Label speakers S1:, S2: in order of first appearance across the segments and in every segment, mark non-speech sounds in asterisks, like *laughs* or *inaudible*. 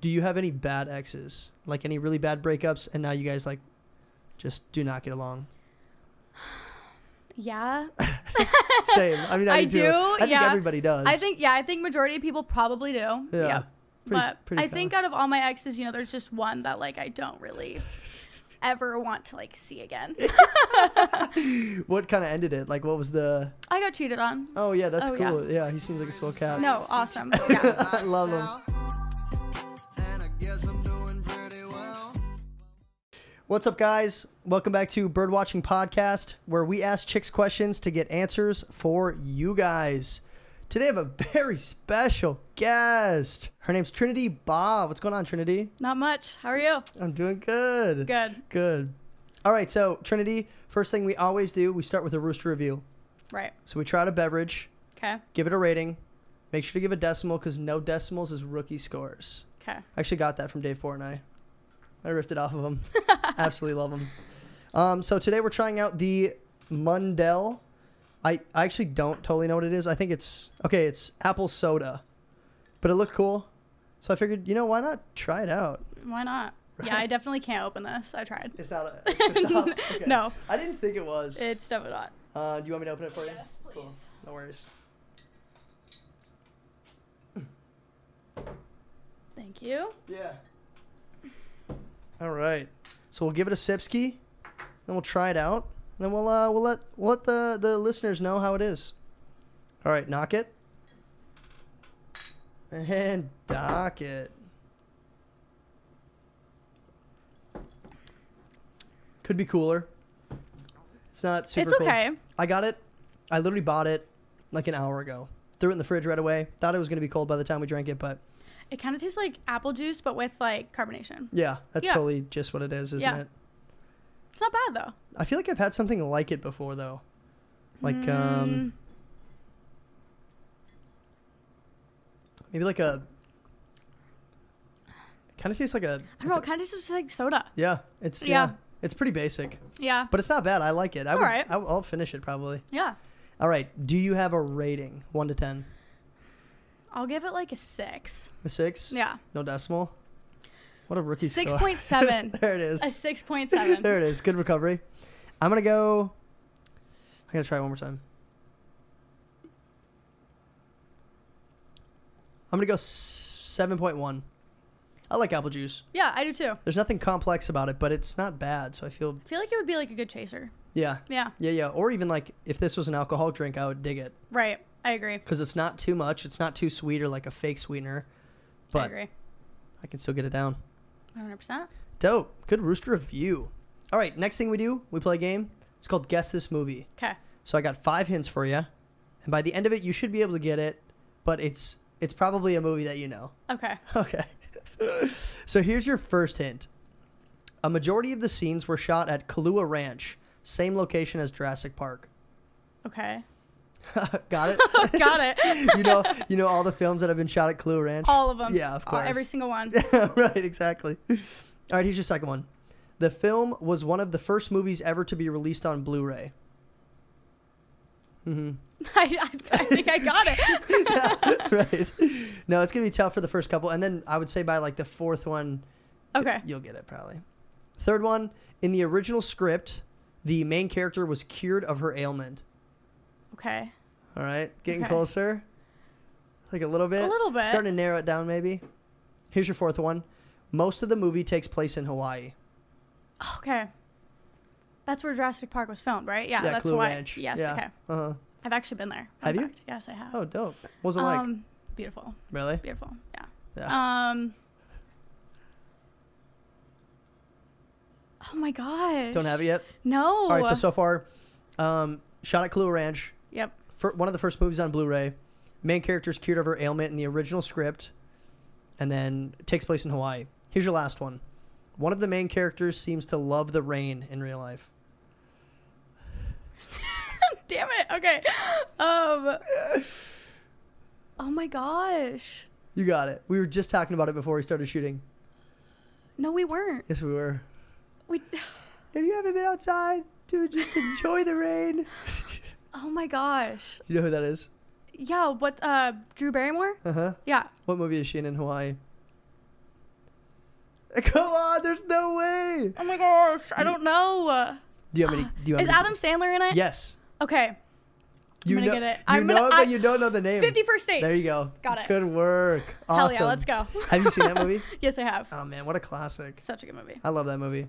S1: do you have any bad exes? Like any really bad breakups and now you guys like just do not get
S2: *laughs*
S1: along? *laughs*
S2: Yeah.
S1: Same. I mean, I,
S2: I
S1: do. too.
S2: do,
S1: I think
S2: yeah.
S1: everybody does.
S2: I think yeah, I think majority of people probably do. Yeah.
S1: Yeah. Pretty-
S2: but
S1: pretty
S2: I
S1: *laughs*
S2: think uh, out of all my exes, you know, there's just one that like I don't really ever want to like
S1: *laughs*
S2: see again.
S1: What kind of ended it? Like, what was the?
S2: I got cheated on.
S1: Oh yeah, that's
S2: Oh, yeah.
S1: cool. Yeah. he seems like a swell cat.
S2: No, awesome. Yeah.
S1: I *laughs* love him.
S3: And I guess I'm doing pretty well.
S1: What's up, guys? Welcome back to Birdwatching Podcast, where we ask chicks questions to get answers for you guys. Today, I have a *laughs* very special guest. Her name's Trinity Bob. What's going on, Trinity?
S2: Not much. How are you?
S1: I'm doing good.
S2: Good.
S1: Good. All right, so Trinity, first thing we always do, we start with a rooster review.
S2: Right.
S1: So we try out a beverage,
S2: Okay.
S1: give it a rating. Make sure to give a decimal because no decimals is rookie scores.
S2: Okay.
S1: I actually got that from Dave Fortnite. I ripped it off of him. Absolutely love him. Um, so today we're trying out the Mundell. I, I actually don't totally know what it is. I think it's okay. It's apple soda, but it looked cool, so I figured you know why not try it out.
S2: Why not? Yeah, I definitely can't open this. I tried.
S1: It's not. A, it's not- okay.
S2: No.
S1: I didn't think it was.
S2: It's definitely not.
S1: Uh, do you want me to open it for you?
S2: Yes, please.
S1: Cool. No worries.
S2: Thank you.
S1: Yeah. All right. So we'll give it a sipski, then we'll try it out, and then we'll uh, we'll let we'll let the the listeners know how it is. All right, knock it. And dock it. Could be cooler. It's not super
S2: it's
S1: cool.
S2: okay.
S1: I got it. I literally bought it like an hour ago. Threw it in the fridge right away. Thought it was going to be cold by the time we drank it, but
S2: It kind of tastes like apple juice, but with like carbonation.
S1: yeah, that's
S2: Yeah.
S1: totally just what it is, isn't
S2: Yeah.
S1: it?
S2: It's not bad though.
S1: I feel like I've had something like it before though. Like
S2: Mm.
S1: um maybe like a kind of tastes like a
S2: I don't know. It kind of tastes just like soda.
S1: yeah, it's yeah.
S2: Yeah.
S1: It's pretty basic,
S2: Yeah.
S1: but it's not bad. I like it. I
S2: It's
S1: would,
S2: alright.
S1: I, will finish it probably.
S2: Yeah.
S1: All right. Do you have a rating? 1 to 10?
S2: I'll give it like a six.
S1: A 6?
S2: Yeah.
S1: No decimal? What a rookie
S2: Six
S1: score.
S2: point seven.
S1: *laughs* there it is.
S2: A six point
S1: *laughs*
S2: seven.
S1: there it is. Good recovery. I'm gonna go. I gotta try it one more time. I'm gonna go seven point one. I like apple juice.
S2: Yeah, I do too. I
S1: There's nothing complex about it, but it's not bad. So I feel
S2: feel like it would be like a good chaser.
S1: yeah,
S2: Yeah.
S1: yeah, yeah. Or even like if this was an alcoholic drink, I would dig it
S2: Right. I agree.
S1: because it's not too much. It's not too sweet or like a fake sweetener,
S2: I
S1: but
S2: agree.
S1: I can still get it down.
S2: One hundred percent.
S1: Dope. Good rooster review. All right, next thing we do, we play a game. It's called Guess This Movie.
S2: Okay.
S1: So I got five hints for you, and by the end of it, you should be able to get it. But it's it's probably a movie that you know. *laughs*
S2: Okay.
S1: Okay. so here's your first hint. A majority of the scenes were shot at Kalua Ranch, same location as Jurassic Park. *laughs*
S2: Okay. *laughs*
S1: got it? *laughs*
S2: Got it.
S1: you know, you know all the films that have been shot at Kalua Ranch.
S2: *laughs* All of them.
S1: Yeah, of course.
S2: every
S1: *laughs*
S2: single one. *laughs*
S1: right, exactly. All right, here's your second one. The film was one of the first movies ever to be released on Blu-ray. Mm-hmm.
S2: I, I, I think I got
S1: *laughs*
S2: it. *laughs*
S1: right. No, it's gonna be tough for the first couple, and then I would say by like the fourth one,
S2: Okay.
S1: you'll get it probably. Third one, in the original script, the main character was cured of her ailment.
S2: Okay.
S1: All right, getting
S2: Okay.
S1: closer. Like a little bit.
S2: little bit.
S1: Starting to narrow it down, maybe. Here's your fourth one. Most of the movie takes place in Hawaii.
S2: Oh, Okay. That's where Jurassic Park was filmed, right? Yeah, that's
S1: Clue
S2: why.
S1: Ranch.
S2: Yes,
S1: Yeah.
S2: okay.
S1: Uh huh.
S2: I've actually been there. in
S1: Have you?
S2: Yes, I have.
S1: Oh, dope. What was it like?
S2: Um, beautiful.
S1: really?
S2: Beautiful. Yeah.
S1: Yeah.
S2: Um. Oh my gosh.
S1: Don't have it yet.
S2: No.
S1: All right. So so far, um, shot at Clue Ranch.
S2: Yep. *laughs*
S1: fir- one of the first movies on Blu-ray. Main character's cured of her ailment in the original script, and then takes place in Hawaii. Here's your last one. One of the main characters seems to love the rain in real life.
S2: Damn it. Okay. Um. Oh my gosh.
S1: You got it. We were just talking about it before we started shooting.
S2: No, we weren't.
S1: Yes, we were.
S2: We. *sighs*
S1: If you haven't been outside, dude, just enjoy the rain.
S2: Oh my gosh.
S1: You know who that is?
S2: Yeah. What? Uh. Drew Barrymore.
S1: Uh huh.
S2: Yeah.
S1: What movie is she in in Hawaii? *laughs* Come on, there's no way.
S2: Oh my gosh, I don't know.
S1: Do you have any? Do you have
S2: Is
S1: any-
S2: Adam Sandler in it?
S1: Yes.
S2: Okay.
S1: You
S2: gonna
S1: know,
S2: get it.
S1: you
S2: I'm
S1: know
S2: gonna-
S1: it, but
S2: I-
S1: you don't know the name.
S2: 51st Dates.
S1: There you go.
S2: Got it.
S1: Good work.
S2: Hell
S1: Awesome.
S2: yeah, let's go.
S1: Have you seen that
S2: *laughs*
S1: movie?
S2: yes, I have.
S1: Oh man, what a classic!
S2: Such a good movie.
S1: I love that movie.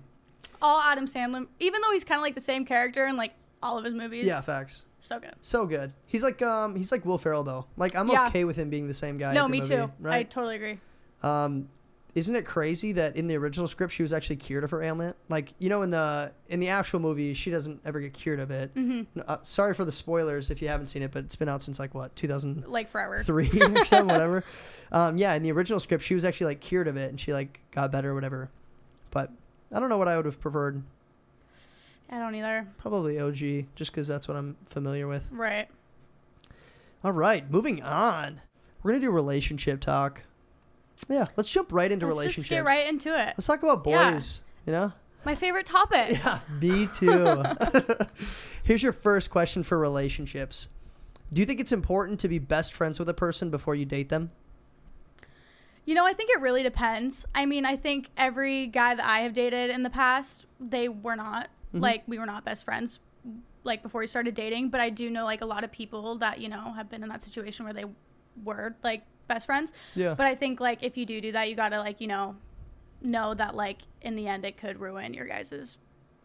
S2: All Adam Sandler, even though he's kind of like the same character in like all of his movies.
S1: Yeah, facts.
S2: So good.
S1: So good. He's like um he's like Will Ferrell though. Like I'm
S2: Yeah.
S1: okay with him being the same guy.
S2: no,
S1: every
S2: me
S1: movie,
S2: too. I
S1: Right.
S2: totally agree.
S1: um, isn't it crazy that in the original script she was actually cured of her ailment? Like you know in the in the actual movie she doesn't ever get cured of
S2: Mm.
S1: it. Mm-hmm. Uh, sorry for the spoilers if you haven't seen it, but it's been out since like what 2000.
S2: Like forever.
S1: *laughs* three or
S2: *laughs*
S1: something, whatever. Um, yeah, in the original script, she was actually like cured of it, and she like got better or whatever. But I don't know what I would have preferred.
S2: I don't either.
S1: Probably OG, just because that's what I'm familiar with.
S2: Right.
S1: All right, moving on. We're gonna do relationship talk. Yeah, let's jump right into
S2: Let's
S1: relationships.
S2: just get right into it.
S1: Let's talk about
S2: Yeah.
S1: boys. You know.
S2: My favorite topic.
S1: Yeah, *laughs* me too. *laughs* Here's your first question for relationships. Do you think it's important to be best friends with a person before you date them?
S2: You know, I think it really depends. I mean, I think every guy that I have dated in the past, they were not
S1: Mm-hmm.
S2: like we were not best friends like before we started dating, but I do know like a lot of people that, you know, have been in that situation where they were like best friends.
S1: Yeah.
S2: But I think like if you do do that, you got to like, you know, know that like in the end it could ruin your guys'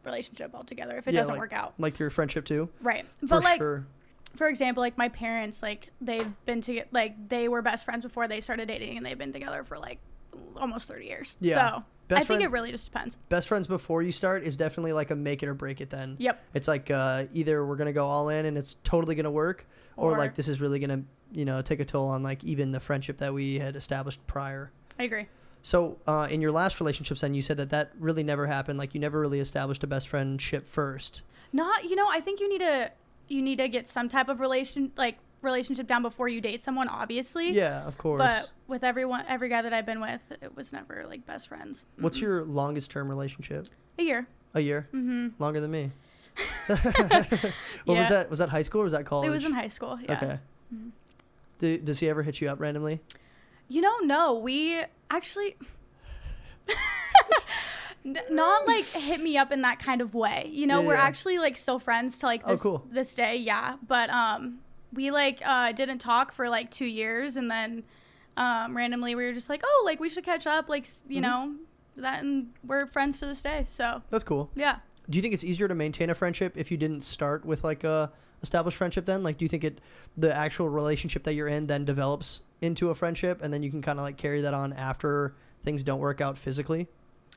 S2: relationship altogether if it doesn't
S1: like,
S2: work out.
S1: Like your friendship too.
S2: Right. But
S1: for
S2: like
S1: sure.
S2: for example, like my parents, like they've been to like they were best friends before they started dating, and they've been together for like almost thirty years.
S1: Yeah.
S2: So
S1: Best
S2: I think
S1: friends-
S2: it really just depends.
S1: best friends before you start is definitely like a make it or break it then
S2: Yep.
S1: it's like uh, either we're gonna go all in and it's totally gonna work or,
S2: Or-
S1: like this is really gonna you know take a toll on like even the friendship that we had established prior
S2: I agree.
S1: so uh, in your last relationships then you said that that really never happened like you never really established a best friendship first
S2: Not you know I think you need to you need to get some type of relation like relationship down before you date someone, obviously.
S1: yeah of course
S2: But with everyone, every guy that I've been with, it was never like best friends.
S1: what's your longest term relationship
S2: A year.
S1: a year mm-hmm. longer than
S2: *laughs*
S1: me *laughs* what was
S2: Yeah.
S1: that was that high school or was that college
S2: It was in high school. Yeah. Mm-hmm.
S1: okay Do, does he ever hit you up randomly
S2: You know, no, we actually *laughs* N- not like hit me up in that kind of way. You know,
S1: Yeah,
S2: we're
S1: yeah.
S2: actually like still friends to like
S1: Oh,
S2: this
S1: cool.
S2: this day, yeah. But um we like uh didn't talk for like 2 years and then um randomly we were just like, "Oh, like we should catch up like, s-
S1: Mm-hmm.
S2: you know, that and we're friends to this day." So,
S1: that's cool
S2: yeah.
S1: do you think it's easier to maintain a friendship if you didn't start with like a established friendship then like do you think it the actual relationship that you're in then develops into a friendship and then you can kind of like carry that on after things don't work out physically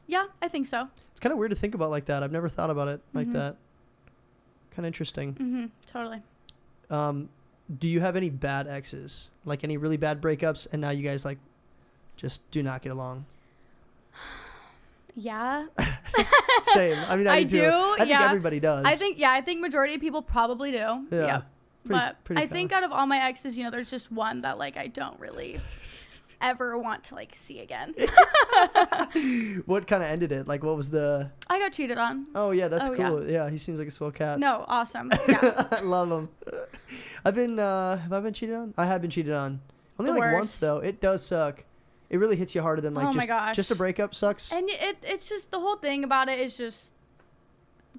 S2: Yeah, I think so.
S1: it's kind of weird to think about like that i've never thought about it like
S2: Mm-hmm.
S1: that kind of interesting
S2: Mhm. Totally.
S1: um do you have any bad exes like any really bad breakups and now you guys like just do not get
S2: *laughs*
S1: along
S2: Yeah.
S1: same i mean i,
S2: I
S1: do, too.
S2: do,
S1: i think
S2: yeah.
S1: everybody does
S2: I think yeah, I think majority of people probably do. Yeah.
S1: Pretty-
S2: but
S1: pretty
S2: I think out of all my exes, you know, there's just one that like I don't really ever want to like see
S1: *laughs*
S2: again.
S1: what kind of ended it like what was the
S2: I got cheated on.
S1: Oh yeah, that's
S2: Oh, yeah.
S1: cool. Yeah. he seems like a swell cat. *laughs*
S2: No, awesome. Yeah.
S1: I love him. I've been uh have I been cheated on? I have been cheated on. Only
S2: The
S1: like once
S2: worst.
S1: though. It does suck. It really hits you harder than like
S2: Oh my
S1: just
S2: gosh.
S1: just a breakup sucks.
S2: and it it's just the whole thing about it is just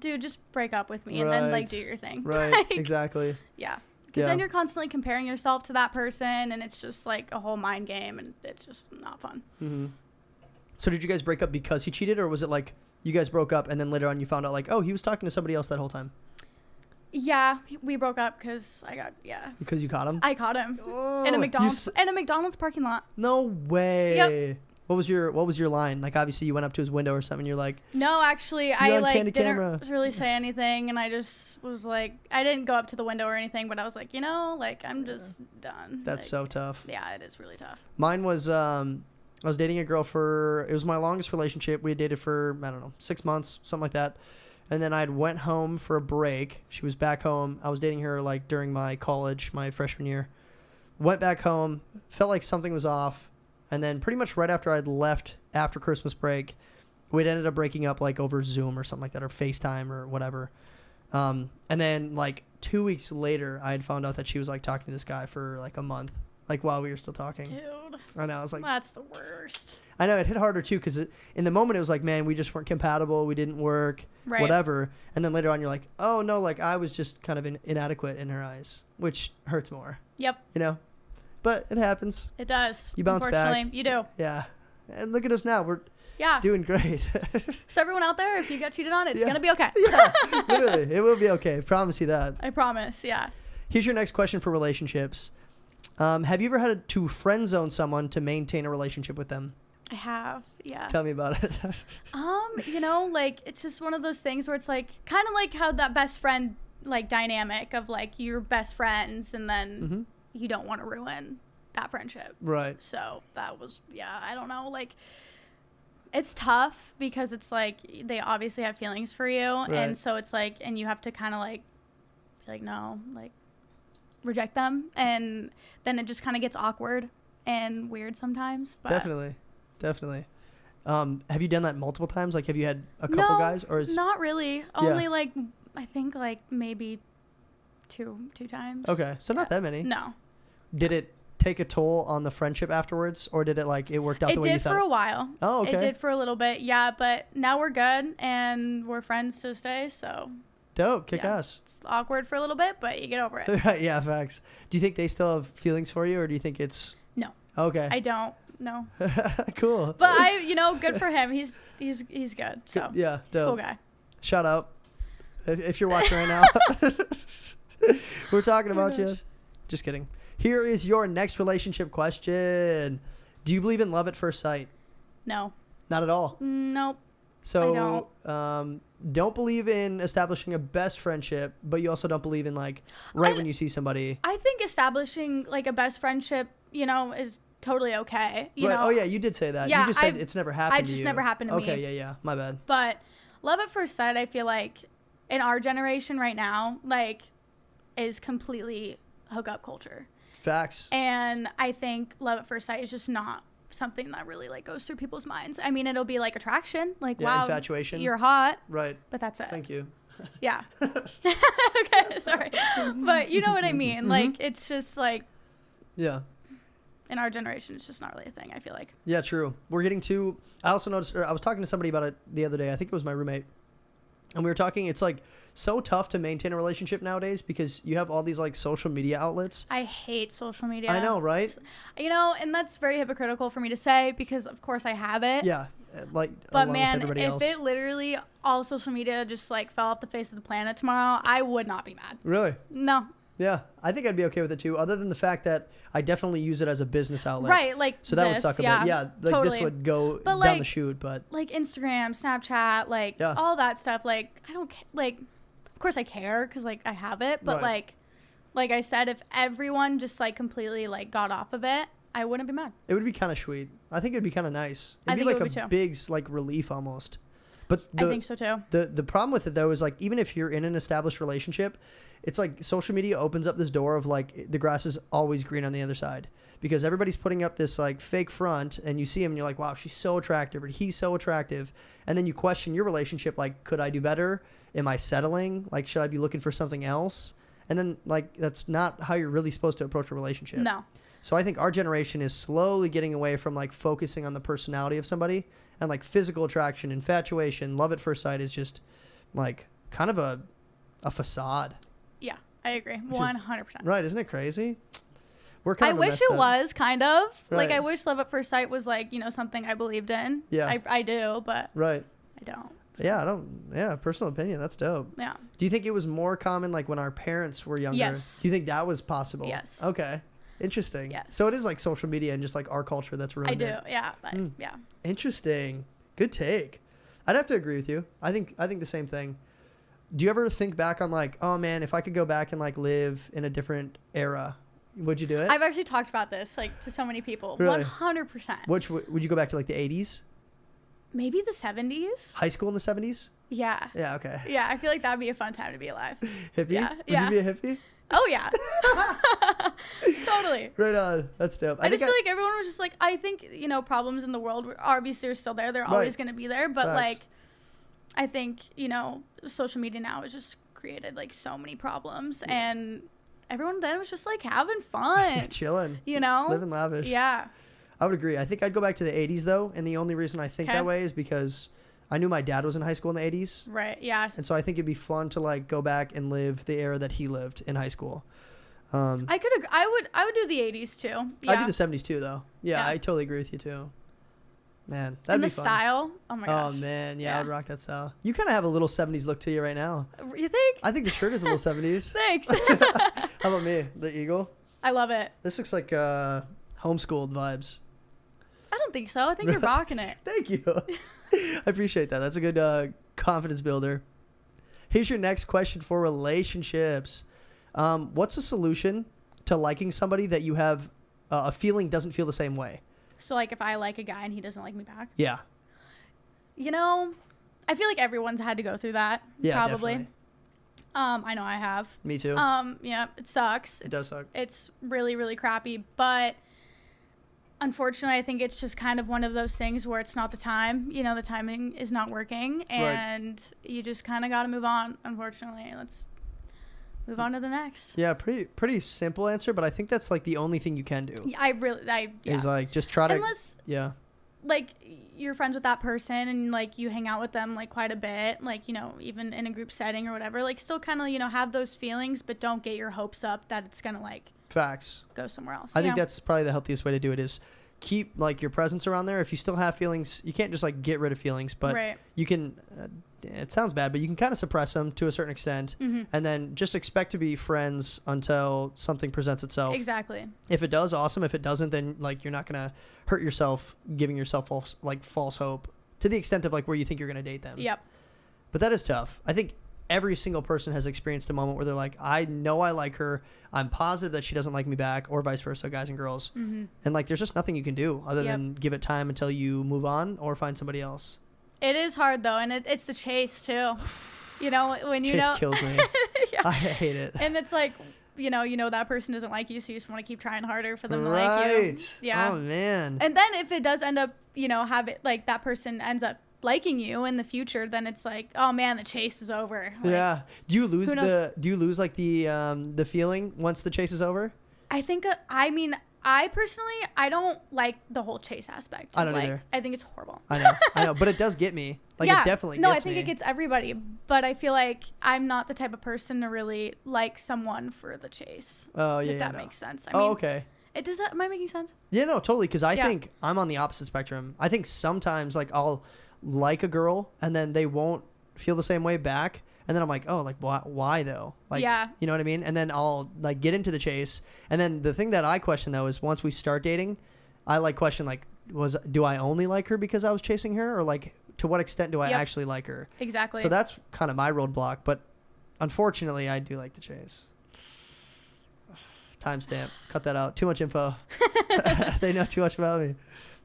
S2: dude, just break up with me and then
S1: Right.
S2: like do your thing.
S1: right,
S2: *laughs* Like,
S1: exactly.
S2: Yeah. Because then
S1: Yeah.
S2: you're constantly comparing yourself to that person and it's just like a whole mind game and it's just not fun.
S1: Mm-hmm. So did you guys break up because he cheated or was it like you guys broke up and then later on you found out like, "Oh, he was talking to somebody else that whole time
S2: Yeah, we broke up cuz I got yeah.
S1: because you caught him?"
S2: I caught him
S1: Oh,
S2: in
S1: you
S2: a McDonald's
S1: s-
S2: in a McDonald's parking lot.
S1: no way. What was your what was your line? Like obviously you went up to his window or something. You're like,
S2: No, actually, I
S1: on
S2: like
S1: candy
S2: didn't
S1: camera.
S2: really say anything, and I just was like, I didn't go up to the window or anything, but I was like, you know, like I'm just done.
S1: "That's
S2: Like,
S1: so tough."
S2: Yeah, it is really tough.
S1: Mine was um, I was dating a girl for it was my longest relationship. We had dated for I don't know six months, something like that, and then I would went home for a break. She was back home. I was dating her like during my college, my freshman year. Went back home, felt like something was off, and then pretty much right after I'd left after Christmas break, we'd ended up breaking up like over Zoom or something like that, or FaceTime or whatever. Um, and then like two weeks later, I had found out that she was like talking to this guy for like a month, like while we were still talking.
S2: Dude,
S1: I know. I was like,
S2: that's the worst.
S1: I know it hit harder too because in the moment it was like, man, we just weren't compatible. We didn't work,
S2: Right.
S1: whatever. And then later on, you're like, oh no, like I was just kind of in- inadequate in her eyes, which hurts more,
S2: Yep,
S1: you know. But it happens.
S2: it does.
S1: You bounce back.
S2: unfortunately. You do.
S1: Yeah. And look at us now. We're
S2: Yeah.
S1: doing great. *laughs*
S2: So everyone out there, if you get cheated on, it's
S1: Yeah.
S2: gonna be okay.
S1: *laughs* yeah. Literally, it will be okay. Promise you that.
S2: *laughs* I promise. Yeah.
S1: Here's your next question for relationships. Um, have you ever had to friend zone someone to maintain a relationship with them?
S2: I have. Yeah.
S1: Tell me about it. *laughs*
S2: Um, you know, like it's just one of those things where it's like kind of like how that best friend like dynamic of like you're best friends and then
S1: Mhm.
S2: you don't want to ruin that friendship.
S1: right.
S2: So that was yeah, I don't know, like it's tough because it's like they obviously have feelings for you
S1: Right.
S2: and so it's like and you have to kind of like be like no, like reject them and then it just kind of gets awkward and weird sometimes, but
S1: Definitely. Definitely. Um, have you done that multiple times? Like, have you had a couple
S2: No,
S1: guys, or is
S2: not really. Only like I think like maybe two two times.
S1: okay? So not that many.
S2: No,
S1: Did it take a toll on the friendship afterwards, or did it like it worked out the
S2: it
S1: way you
S2: did for
S1: thought?
S2: a while.
S1: Oh, okay.
S2: It did for a little bit, yeah. But now we're good and we're friends to this day. So
S1: Dope, kick
S2: yeah.
S1: ass. *laughs*
S2: it's awkward for a little bit, but you get over it.
S1: right? Yeah, facts. Do you think they still have feelings for you, or do you think it's
S2: No, I
S1: okay?
S2: don't. No,
S1: *laughs* cool.
S2: but I, you know, good for him. He's he's he's good. So
S1: yeah,
S2: he's a
S1: dope.
S2: cool guy.
S1: Shout out if, if you're watching right now.
S2: *laughs*
S1: *laughs* We're talking
S2: Oh my
S1: about you.
S2: gosh.
S1: Just kidding. Here is your next relationship question. Do you believe in love at first sight?
S2: No,
S1: Not at all.
S2: nope.
S1: So
S2: don't.
S1: Um, don't believe in establishing a best friendship, but you also don't believe in like right when you see somebody.
S2: I think establishing like a best friendship, you know, is totally okay. You
S1: Right.
S2: know,
S1: oh yeah, you did say that.
S2: Yeah,
S1: you just said
S2: I've-
S1: it's never happened. to
S2: just
S1: you.
S2: never happened to me.
S1: Okay, yeah, yeah, my bad.
S2: But love at first sight, I feel like in our generation right now, like is completely hookup culture.
S1: Facts.
S2: And I think love at first sight is just not something that really like goes through people's minds. I mean, it'll be like attraction, like
S1: Yeah,
S2: wow,
S1: infatuation.
S2: you're hot,
S1: right.
S2: but that's it.
S1: Thank you. *laughs*
S2: Yeah. *laughs* okay, sorry. But you know what I mean?
S1: Mm-hmm.
S2: Like it's just like
S1: Yeah.
S2: in our generation it's just not really a thing, I feel like.
S1: Yeah, true. We're getting too. I also noticed. Or I was talking to somebody about it the other day. I think it was my roommate, and we were talking. It's like so tough to maintain a relationship nowadays because you have all these like social media outlets.
S2: I hate social media.
S1: I know, right?
S2: It's- You know, and that's very hypocritical for me to say because of course I have it.
S1: Yeah, uh, like
S2: But
S1: along
S2: man,
S1: with
S2: if
S1: everybody else.
S2: it literally all social media just like fell off the face of the planet tomorrow, I would not be mad.
S1: really?
S2: No.
S1: Yeah, I think I'd be okay with it too. Other than the fact that I definitely use it as a business outlet.
S2: right, like
S1: So that
S2: this,
S1: would suck a
S2: yeah,
S1: bit. Yeah, like
S2: totally.
S1: this would go down the
S2: like-
S1: chute, but
S2: like Instagram, Snapchat, like
S1: Yeah.
S2: all that stuff. Like I don't ca- like of course I care cuz like I have it, but
S1: Right.
S2: like like I said if everyone just like completely like got off of it, I wouldn't be mad.
S1: it would be kind of sweet. I think it'd be kind of nice. It'd
S2: I
S1: be
S2: think it
S1: like
S2: would be
S1: a
S2: too.
S1: big like relief almost. But the,
S2: I think so too.
S1: The the problem with it though is like even if you're in an established relationship, it's like social media opens up this door of like the grass is always green on the other side because everybody's putting up this like fake front and you see him and you're like wow she's so attractive or he's so attractive and then you question your relationship like could I do better? Am I settling? Like should I be looking for something else? And then like that's not how you're really supposed to approach a relationship.
S2: No.
S1: So I think our generation is slowly getting away from like focusing on the personality of somebody and like physical attraction, infatuation, love at first sight is just like kind of a a facade.
S2: Yeah, I agree.
S1: is-
S2: 100%.
S1: Right, isn't it crazy? We're kind
S2: I
S1: of a
S2: wish
S1: mess
S2: it
S1: then.
S2: was kind of like
S1: Right.
S2: I wish love at first sight was like you know something I believed in.
S1: Yeah.
S2: I, I do, but
S1: Right.
S2: I don't.
S1: Yeah, I don't yeah, personal opinion, that's dope.
S2: Yeah,
S1: Do you think it was more common like when our parents were younger?
S2: Yes.
S1: Do you think that was possible?
S2: Yes.
S1: Okay. Interesting.
S2: Yes.
S1: So it is like social media and just like our culture that's ruined
S2: I do.
S1: it. Hmm.
S2: Yeah, but yeah,
S1: Interesting. Good take. I'd have to agree with you. I think I think the same thing. Do you ever think back on like, oh man, if I could go back and like live in a different era, would you do it?
S2: I've actually talked about this like to so many people.
S1: Uh, Really?
S2: One hundred percent.
S1: Which w- would you go back to like the 80s,
S2: Maybe the seventies.
S1: high school in the 70s?
S2: Yeah,
S1: Yeah, okay.
S2: yeah. I feel like that'd be a fun time to
S1: *laughs*
S2: be alive.
S1: Hippie?
S2: *laughs* Yeah,
S1: would
S2: yeah.
S1: you be a hippie?
S2: Oh yeah, *laughs* totally.
S1: *laughs* Right on. That's dope.
S2: I, just
S1: think
S2: feel like everyone was just like, I think you know problems in the world were- obviously are still there. They're always going to be there, but
S1: Facts.
S2: like, I think you know social media now has just created like so many problems, and everyone then was just like having
S1: *laughs*
S2: fun,
S1: chilling,
S2: you know.
S1: living lavish.
S2: Yeah,
S1: I would agree. I think I'd go back to the 80s though, and the only reason I think
S2: Okay.
S1: that way is because I knew my dad was in high school in the 80s,
S2: Right. Yeah.
S1: and so I think it'd be fun to like go back and live the era that he lived in high school. Um,
S2: I could. ag- I would. I would do the '80s too. Yeah.
S1: I'd do the 70s too though. Yeah,
S2: Yeah.
S1: I totally agree with you too. Man, that'd
S2: and
S1: be
S2: the
S1: fun.
S2: style. Oh my
S1: oh
S2: gosh.
S1: man, yeah,
S2: Yeah.
S1: I'd rock that style. You kind of have a little 70s look to you right now.
S2: You think?
S1: I think the shirt is a little 70s.
S2: *laughs* Thanks.
S1: *laughs*
S2: *laughs*
S1: How about me? The eagle.
S2: I love it.
S1: This looks like uh, homeschooled vibes.
S2: I don't think so.
S1: *laughs*
S2: I think you're rocking it.
S1: Thank you. *laughs* I appreciate that. That's a good uh, confidence builder. Here's your next question for relationships. Um, what's a solution to liking somebody that you have uh, a feeling doesn't feel the same way?
S2: So like, if I like a guy and he doesn't like me back,
S1: Yeah.
S2: you know, I feel like everyone's had to go through that.
S1: Yeah.
S2: Probably.
S1: definitely.
S2: Um, I know I have.
S1: Me too.
S2: Um, yeah, it sucks. It
S1: does suck.
S2: It's really, really crappy. But unfortunately, I think it's just kind of one of those things where it's not the time. You know, the timing is not working, and you just kind of got to move on. Unfortunately, let's move on to the next.
S1: yeah. Pretty pretty simple answer, but I think that's like the only thing you can do
S2: Yeah, I really, I yeah.
S1: is like just try to.
S2: Unless
S1: yeah.
S2: like you're friends with that person and like you hang out with them like quite a bit, like you know, even in a group setting or whatever, like still kind of you know have those feelings, but don't get your hopes up that it's gonna like
S1: Facts.
S2: go somewhere else.
S1: I
S2: you
S1: think
S2: know?
S1: that's probably the healthiest way to do it is keep like your presence around there. If you still have feelings, you can't just like get rid of feelings, but
S2: Right.
S1: you can. Uh, it sounds bad, but you can kind of suppress them to a certain extent,
S2: Mm-hmm.
S1: and then just expect to be friends until something presents itself.
S2: exactly.
S1: If it does, awesome. If it doesn't, then like you're not gonna hurt yourself giving yourself false like false hope to the extent of like where you think you're gonna date them.
S2: Yep.
S1: But that is tough. I think every single person has experienced a moment where they're like, I know I like her. I'm positive that she doesn't like me back, or vice versa, guys and girls. Mm-hmm. And like, there's just nothing you can do other
S2: Yep.
S1: than give it time until you move on or find somebody else.
S2: It is hard though, and it, it's the chase too. You know when you
S1: Chase Ah.
S2: know, *laughs*
S1: kills me. *laughs* I hate it.
S2: and it's like you know you know that person doesn't like you, so you just want to keep trying harder for them to like you.
S1: right.
S2: Yeah.
S1: Oh man.
S2: and then if it does end up, you know, have it like that person ends up liking you in the future, then it's like, oh man, the chase is over. Like,
S1: yeah. Do you lose
S2: who knows?
S1: the? Do you lose like the um the feeling once the chase is over?
S2: I think uh, I mean I personally I don't like the whole chase aspect.
S1: I
S2: of,
S1: don't
S2: like,
S1: either.
S2: I think it's horrible.
S1: I know. I know. But it does get me. Like it definitely.
S2: no
S1: gets
S2: i think
S1: me.
S2: it gets everybody but i feel like i'm not the type of person to really like someone for the chase
S1: Oh yeah.
S2: if
S1: yeah,
S2: that
S1: no.
S2: makes sense i
S1: oh
S2: mean
S1: okay.
S2: it does that am i making sense
S1: Yeah, no, totally. Because I
S2: Yeah.
S1: think I'm on the opposite spectrum. I think sometimes like I'll like a girl and then they won't feel the same way back, and then I'm like, oh, like why? Why though? Like,
S2: Yeah.
S1: you know what I mean? And then I'll like get into the chase, and then the thing that I question though is once we start dating, I like question like, was do I only like her because I was chasing her, or like to what extent do I
S2: Yep.
S1: actually like her?
S2: exactly
S1: So that's kind of my roadblock, but unfortunately, I do like the chase. *sighs* Timestamp. Cut that out. Too much info. *laughs* they know too much about me.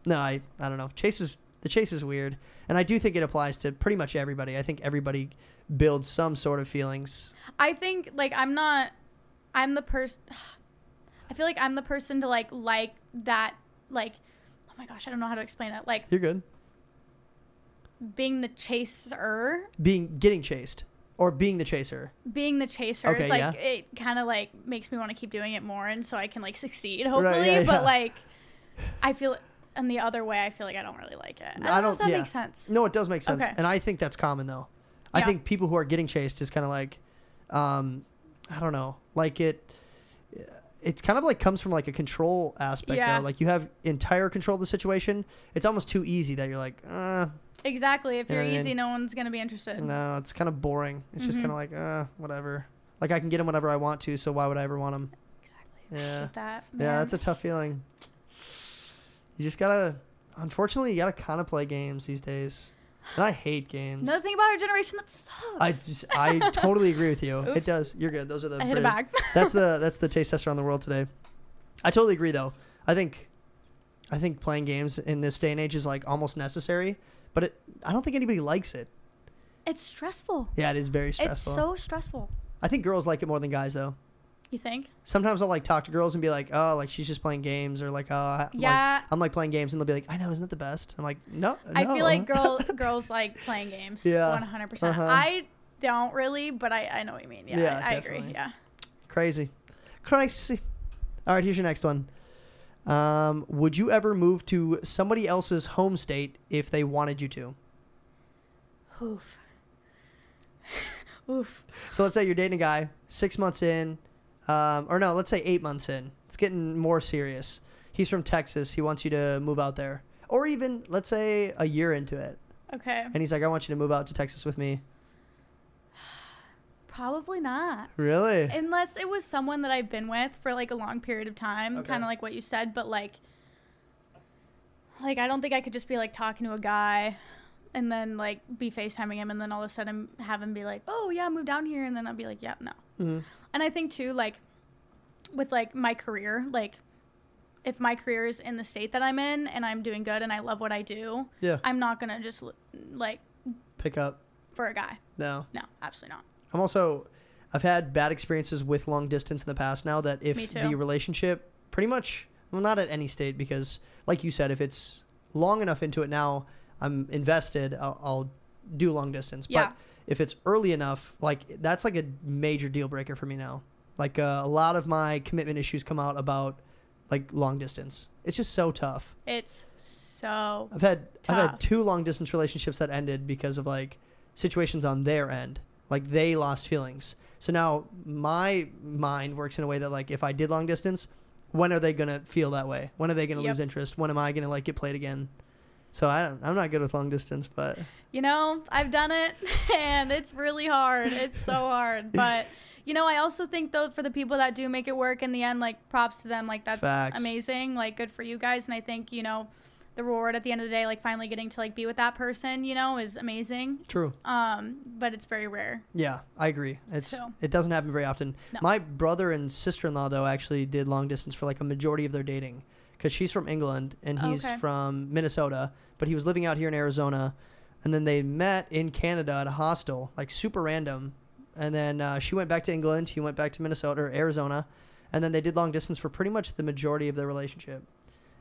S1: No, I, I don't know. Chase is the chase is weird, and I do think it applies to pretty much everybody. I think everybody builds some sort of feelings.
S2: i think like i'm not i'm the person *sighs* i feel like i'm the person to like like that like oh my gosh i don't know how to explain it like
S1: You're good.
S2: being the chaser
S1: Being getting chased or being the chaser.
S2: being the chaser
S1: Okay,
S2: is like
S1: yeah.
S2: it kind of like makes me want to keep doing it more and so i can like succeed hopefully
S1: yeah, yeah.
S2: but like i feel and the other way i feel like i don't really like it i don't, know if that
S1: yeah.
S2: makes sense
S1: No, it does make sense,
S2: Okay.
S1: and I think that's common though. I
S2: Yeah.
S1: think people who are getting chased is kind of like, um, I don't know, like it. It's kind of like comes from like a control aspect
S2: Yeah.
S1: though. Like you have entire control of the situation. It's almost too easy that you're like, uh,
S2: exactly if
S1: You know
S2: you're
S1: what I
S2: easy
S1: mean?
S2: no one's gonna be interested
S1: no, it's kind of boring. It's just
S2: Mhm.
S1: kind of like, uh, whatever. Like I can get them whenever I want to, so why would I ever want them?
S2: exactly
S1: Yeah.
S2: Hate that
S1: Yeah,
S2: man.
S1: that's a tough feeling. You just gotta, unfortunately, you gotta kind of play games these days, and I hate games.
S2: another thing about our generation that sucks
S1: I just,
S2: *laughs*
S1: I totally agree with you. It
S2: Oops.
S1: does. You're good. Those are the.
S2: I hit it
S1: British-
S2: back
S1: that's
S2: *laughs*
S1: the that's the taste test around the world today. I totally agree though. I think, I think playing games in this day and age is like almost necessary, but it, I don't think anybody likes it.
S2: it's stressful
S1: Yeah, it is very
S2: it's
S1: stressful.
S2: so stressful
S1: I think girls like it more than guys though.
S2: you think
S1: Sometimes I'll like talk to girls and be like, oh, like she's just playing games, or like, oh, I,
S2: Yeah.
S1: like, I'm like playing games, and they'll be like, I know, isn't it the best? I'm like, no,
S2: I
S1: no."
S2: feel
S1: *laughs*
S2: like girl, girls like playing games.
S1: Yeah.
S2: 100%.
S1: Uh-huh.
S2: I don't really, but I, I know what you mean. Yeah,
S1: Yeah,
S2: I, I
S1: definitely.
S2: agree. Yeah.
S1: Crazy. Crazy. All right, here's your next one. Um, would you ever move to somebody else's home state if they wanted you to?
S2: Oof. Oof.
S1: So let's say you're dating a guy six months in, um, or no, let's say eight months in. It's getting more serious. He's from Texas. He wants you to move out there, or even let's say a year into it,
S2: Okay.
S1: and he's like, "I want you to move out to Texas with me."
S2: Probably not.
S1: Really?
S2: Unless it was someone that I've been with for like a long period of time,
S1: Okay.
S2: kind of like what you said, but like like I don't think I could just be like talking to a guy and then like be FaceTiming him and then all of a sudden have him be like, "Oh, yeah, move down here." And then I'll be like, "Yep, no."
S1: Mhm.
S2: And I think too like with like my career, like if my career is in the state that I'm in and I'm doing good and I love what I do,
S1: Yeah.
S2: I'm not going to just like
S1: Pick up.
S2: for a guy.
S1: No.
S2: No, absolutely not.
S1: I'm also, I've had bad experiences with long distance in the past. Now that
S2: Me
S1: if
S2: too.
S1: the relationship, pretty much, well, not at any state because, like you said, if it's long enough into it now, I'm invested. I'll, I'll do long distance.
S2: Yeah.
S1: But if it's early enough, like that's like a major deal breaker for me now. Like uh, a lot of my commitment issues come out about like long distance. It's just so tough.
S2: It's so
S1: I've had I've
S2: Tough.
S1: had two long distance relationships that ended because of like situations on their end. Like they lost feelings. So now my mind works in a way that like if I did long distance, when are they gonna feel that way? When are they gonna
S2: Yep.
S1: lose interest? When am I gonna like get played again? So I don't, I'm not good with long distance, but
S2: you know, I've done it *laughs* and it's really hard. It's so hard. But, you know, I also think, though, for the people that do make it work in the end, like, props to them. Like, that's
S1: Facts.
S2: amazing. Like, good for you guys. And I think, you know, the reward at the end of the day, like, finally getting to, like, be with that person, you know, is amazing.
S1: true.
S2: Um, but it's very rare.
S1: Yeah, I agree. It's
S2: So-
S1: it doesn't happen very often.
S2: No.
S1: My brother and sister in law though actually did long distance for like a majority of their dating because she's from England and he's
S2: Oh, Okay.
S1: from Minnesota, but he was living out here in Arizona, and then they met in Canada at a hostel, like super random. And then uh, she went back to England. He went back to Minnesota or Arizona, and then they did long distance for pretty much the majority of their relationship,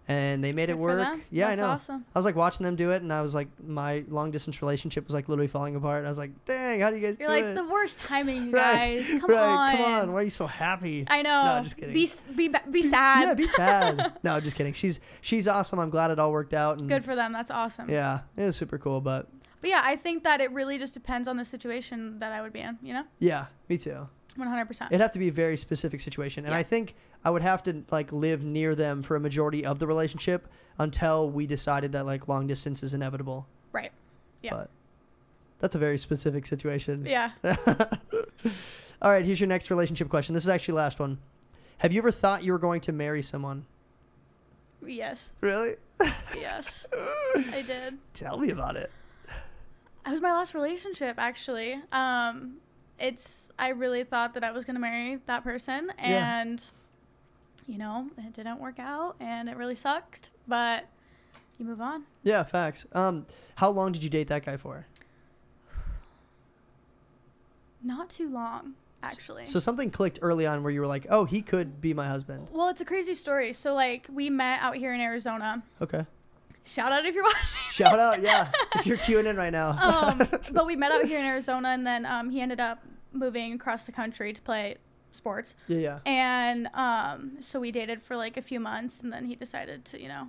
S1: and they made
S2: Good
S1: it
S2: for
S1: work.
S2: them.
S1: Yeah,
S2: That's
S1: I know.
S2: awesome.
S1: I was like watching them do it, and I was like, my long distance relationship was like literally falling apart. I was like, dang, how do you guys
S2: You're
S1: do
S2: like
S1: it?
S2: the worst timing, you
S1: *laughs* Right,
S2: guys. Come
S1: right,
S2: on.
S1: Come on. Why are you so happy?
S2: I know.
S1: No, just kidding.
S2: Be, s- be, ba- be
S1: *laughs*
S2: sad.
S1: Yeah, be sad.
S2: *laughs*
S1: no, I'm just kidding. She's she's awesome. I'm glad it all worked out. And
S2: Good for them. That's awesome.
S1: Yeah, it was super cool. But
S2: But yeah, I think that it really just depends on the situation that I would be in, you know?
S1: yeah, me too.
S2: 100%.
S1: It'd have to be a very specific situation, and
S2: Yeah.
S1: I think I would have to like live near them for a majority of the relationship until we decided that like long distance is inevitable.
S2: Right. Yeah.
S1: But that's a very specific situation.
S2: Yeah.
S1: *laughs* All right, here's your next relationship question. This is actually last one. Have you ever thought you were going to marry someone?
S2: Yes.
S1: Really?
S2: Yes. I did.
S1: Tell me about it.
S2: It was my last relationship, actually. Um, it's I really thought that I was gonna marry that person,
S1: Yeah.
S2: and you know, it didn't work out, and it really sucked. But you move on.
S1: Yeah, facts. Um, how long did you date that guy for?
S2: Not too long, actually.
S1: So something clicked early on where you were like, "Oh, he could be my husband."
S2: well, it's a crazy story. So like, we met out here in Arizona.
S1: Okay.
S2: Shout out if you're *laughs* watching.
S1: Shout out,
S2: *laughs*
S1: yeah. If you're *laughs* queuing in right now.
S2: um, but we met out here in Arizona, and then um, he ended up moving across the country to play sports.
S1: *laughs* yeah, yeah.
S2: And um, so we dated for like a few months, and then he decided to, you know,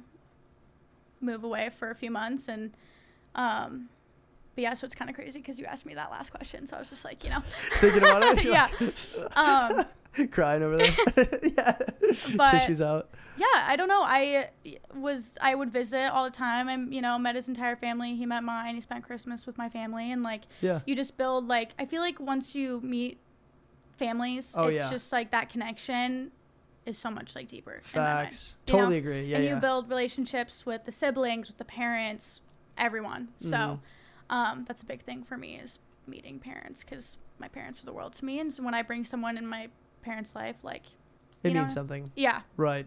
S2: move away for a few months. And, um, but yeah, so it's kind of crazy because you asked me that last question. So I was just like, you know,
S1: Thinking about it. You're *laughs*
S2: *laughs* yeah. Um,
S1: like, Crying over there.
S2: *laughs*
S1: *laughs* yeah.
S2: But-
S1: Tissues out.
S2: yeah, I don't know. I was, I would visit all the time. I, you know, met his entire family. He met mine. He spent Christmas with my family. And like,
S1: Yeah.
S2: you just build, like, I feel like once you meet families,
S1: Oh,
S2: it's
S1: yeah.
S2: just like that connection is so much like deeper. in my mind,
S1: Facts.
S2: uh, you know?
S1: Totally agree. Yeah,
S2: and
S1: yeah.
S2: you build relationships with the siblings, with the parents, everyone.
S1: Mm-hmm.
S2: So um, that's a big thing for me is meeting parents because my parents are the world to me. And so when I bring someone in my parents' life, like,
S1: it
S2: you
S1: means
S2: know-
S1: something.
S2: yeah,
S1: Right.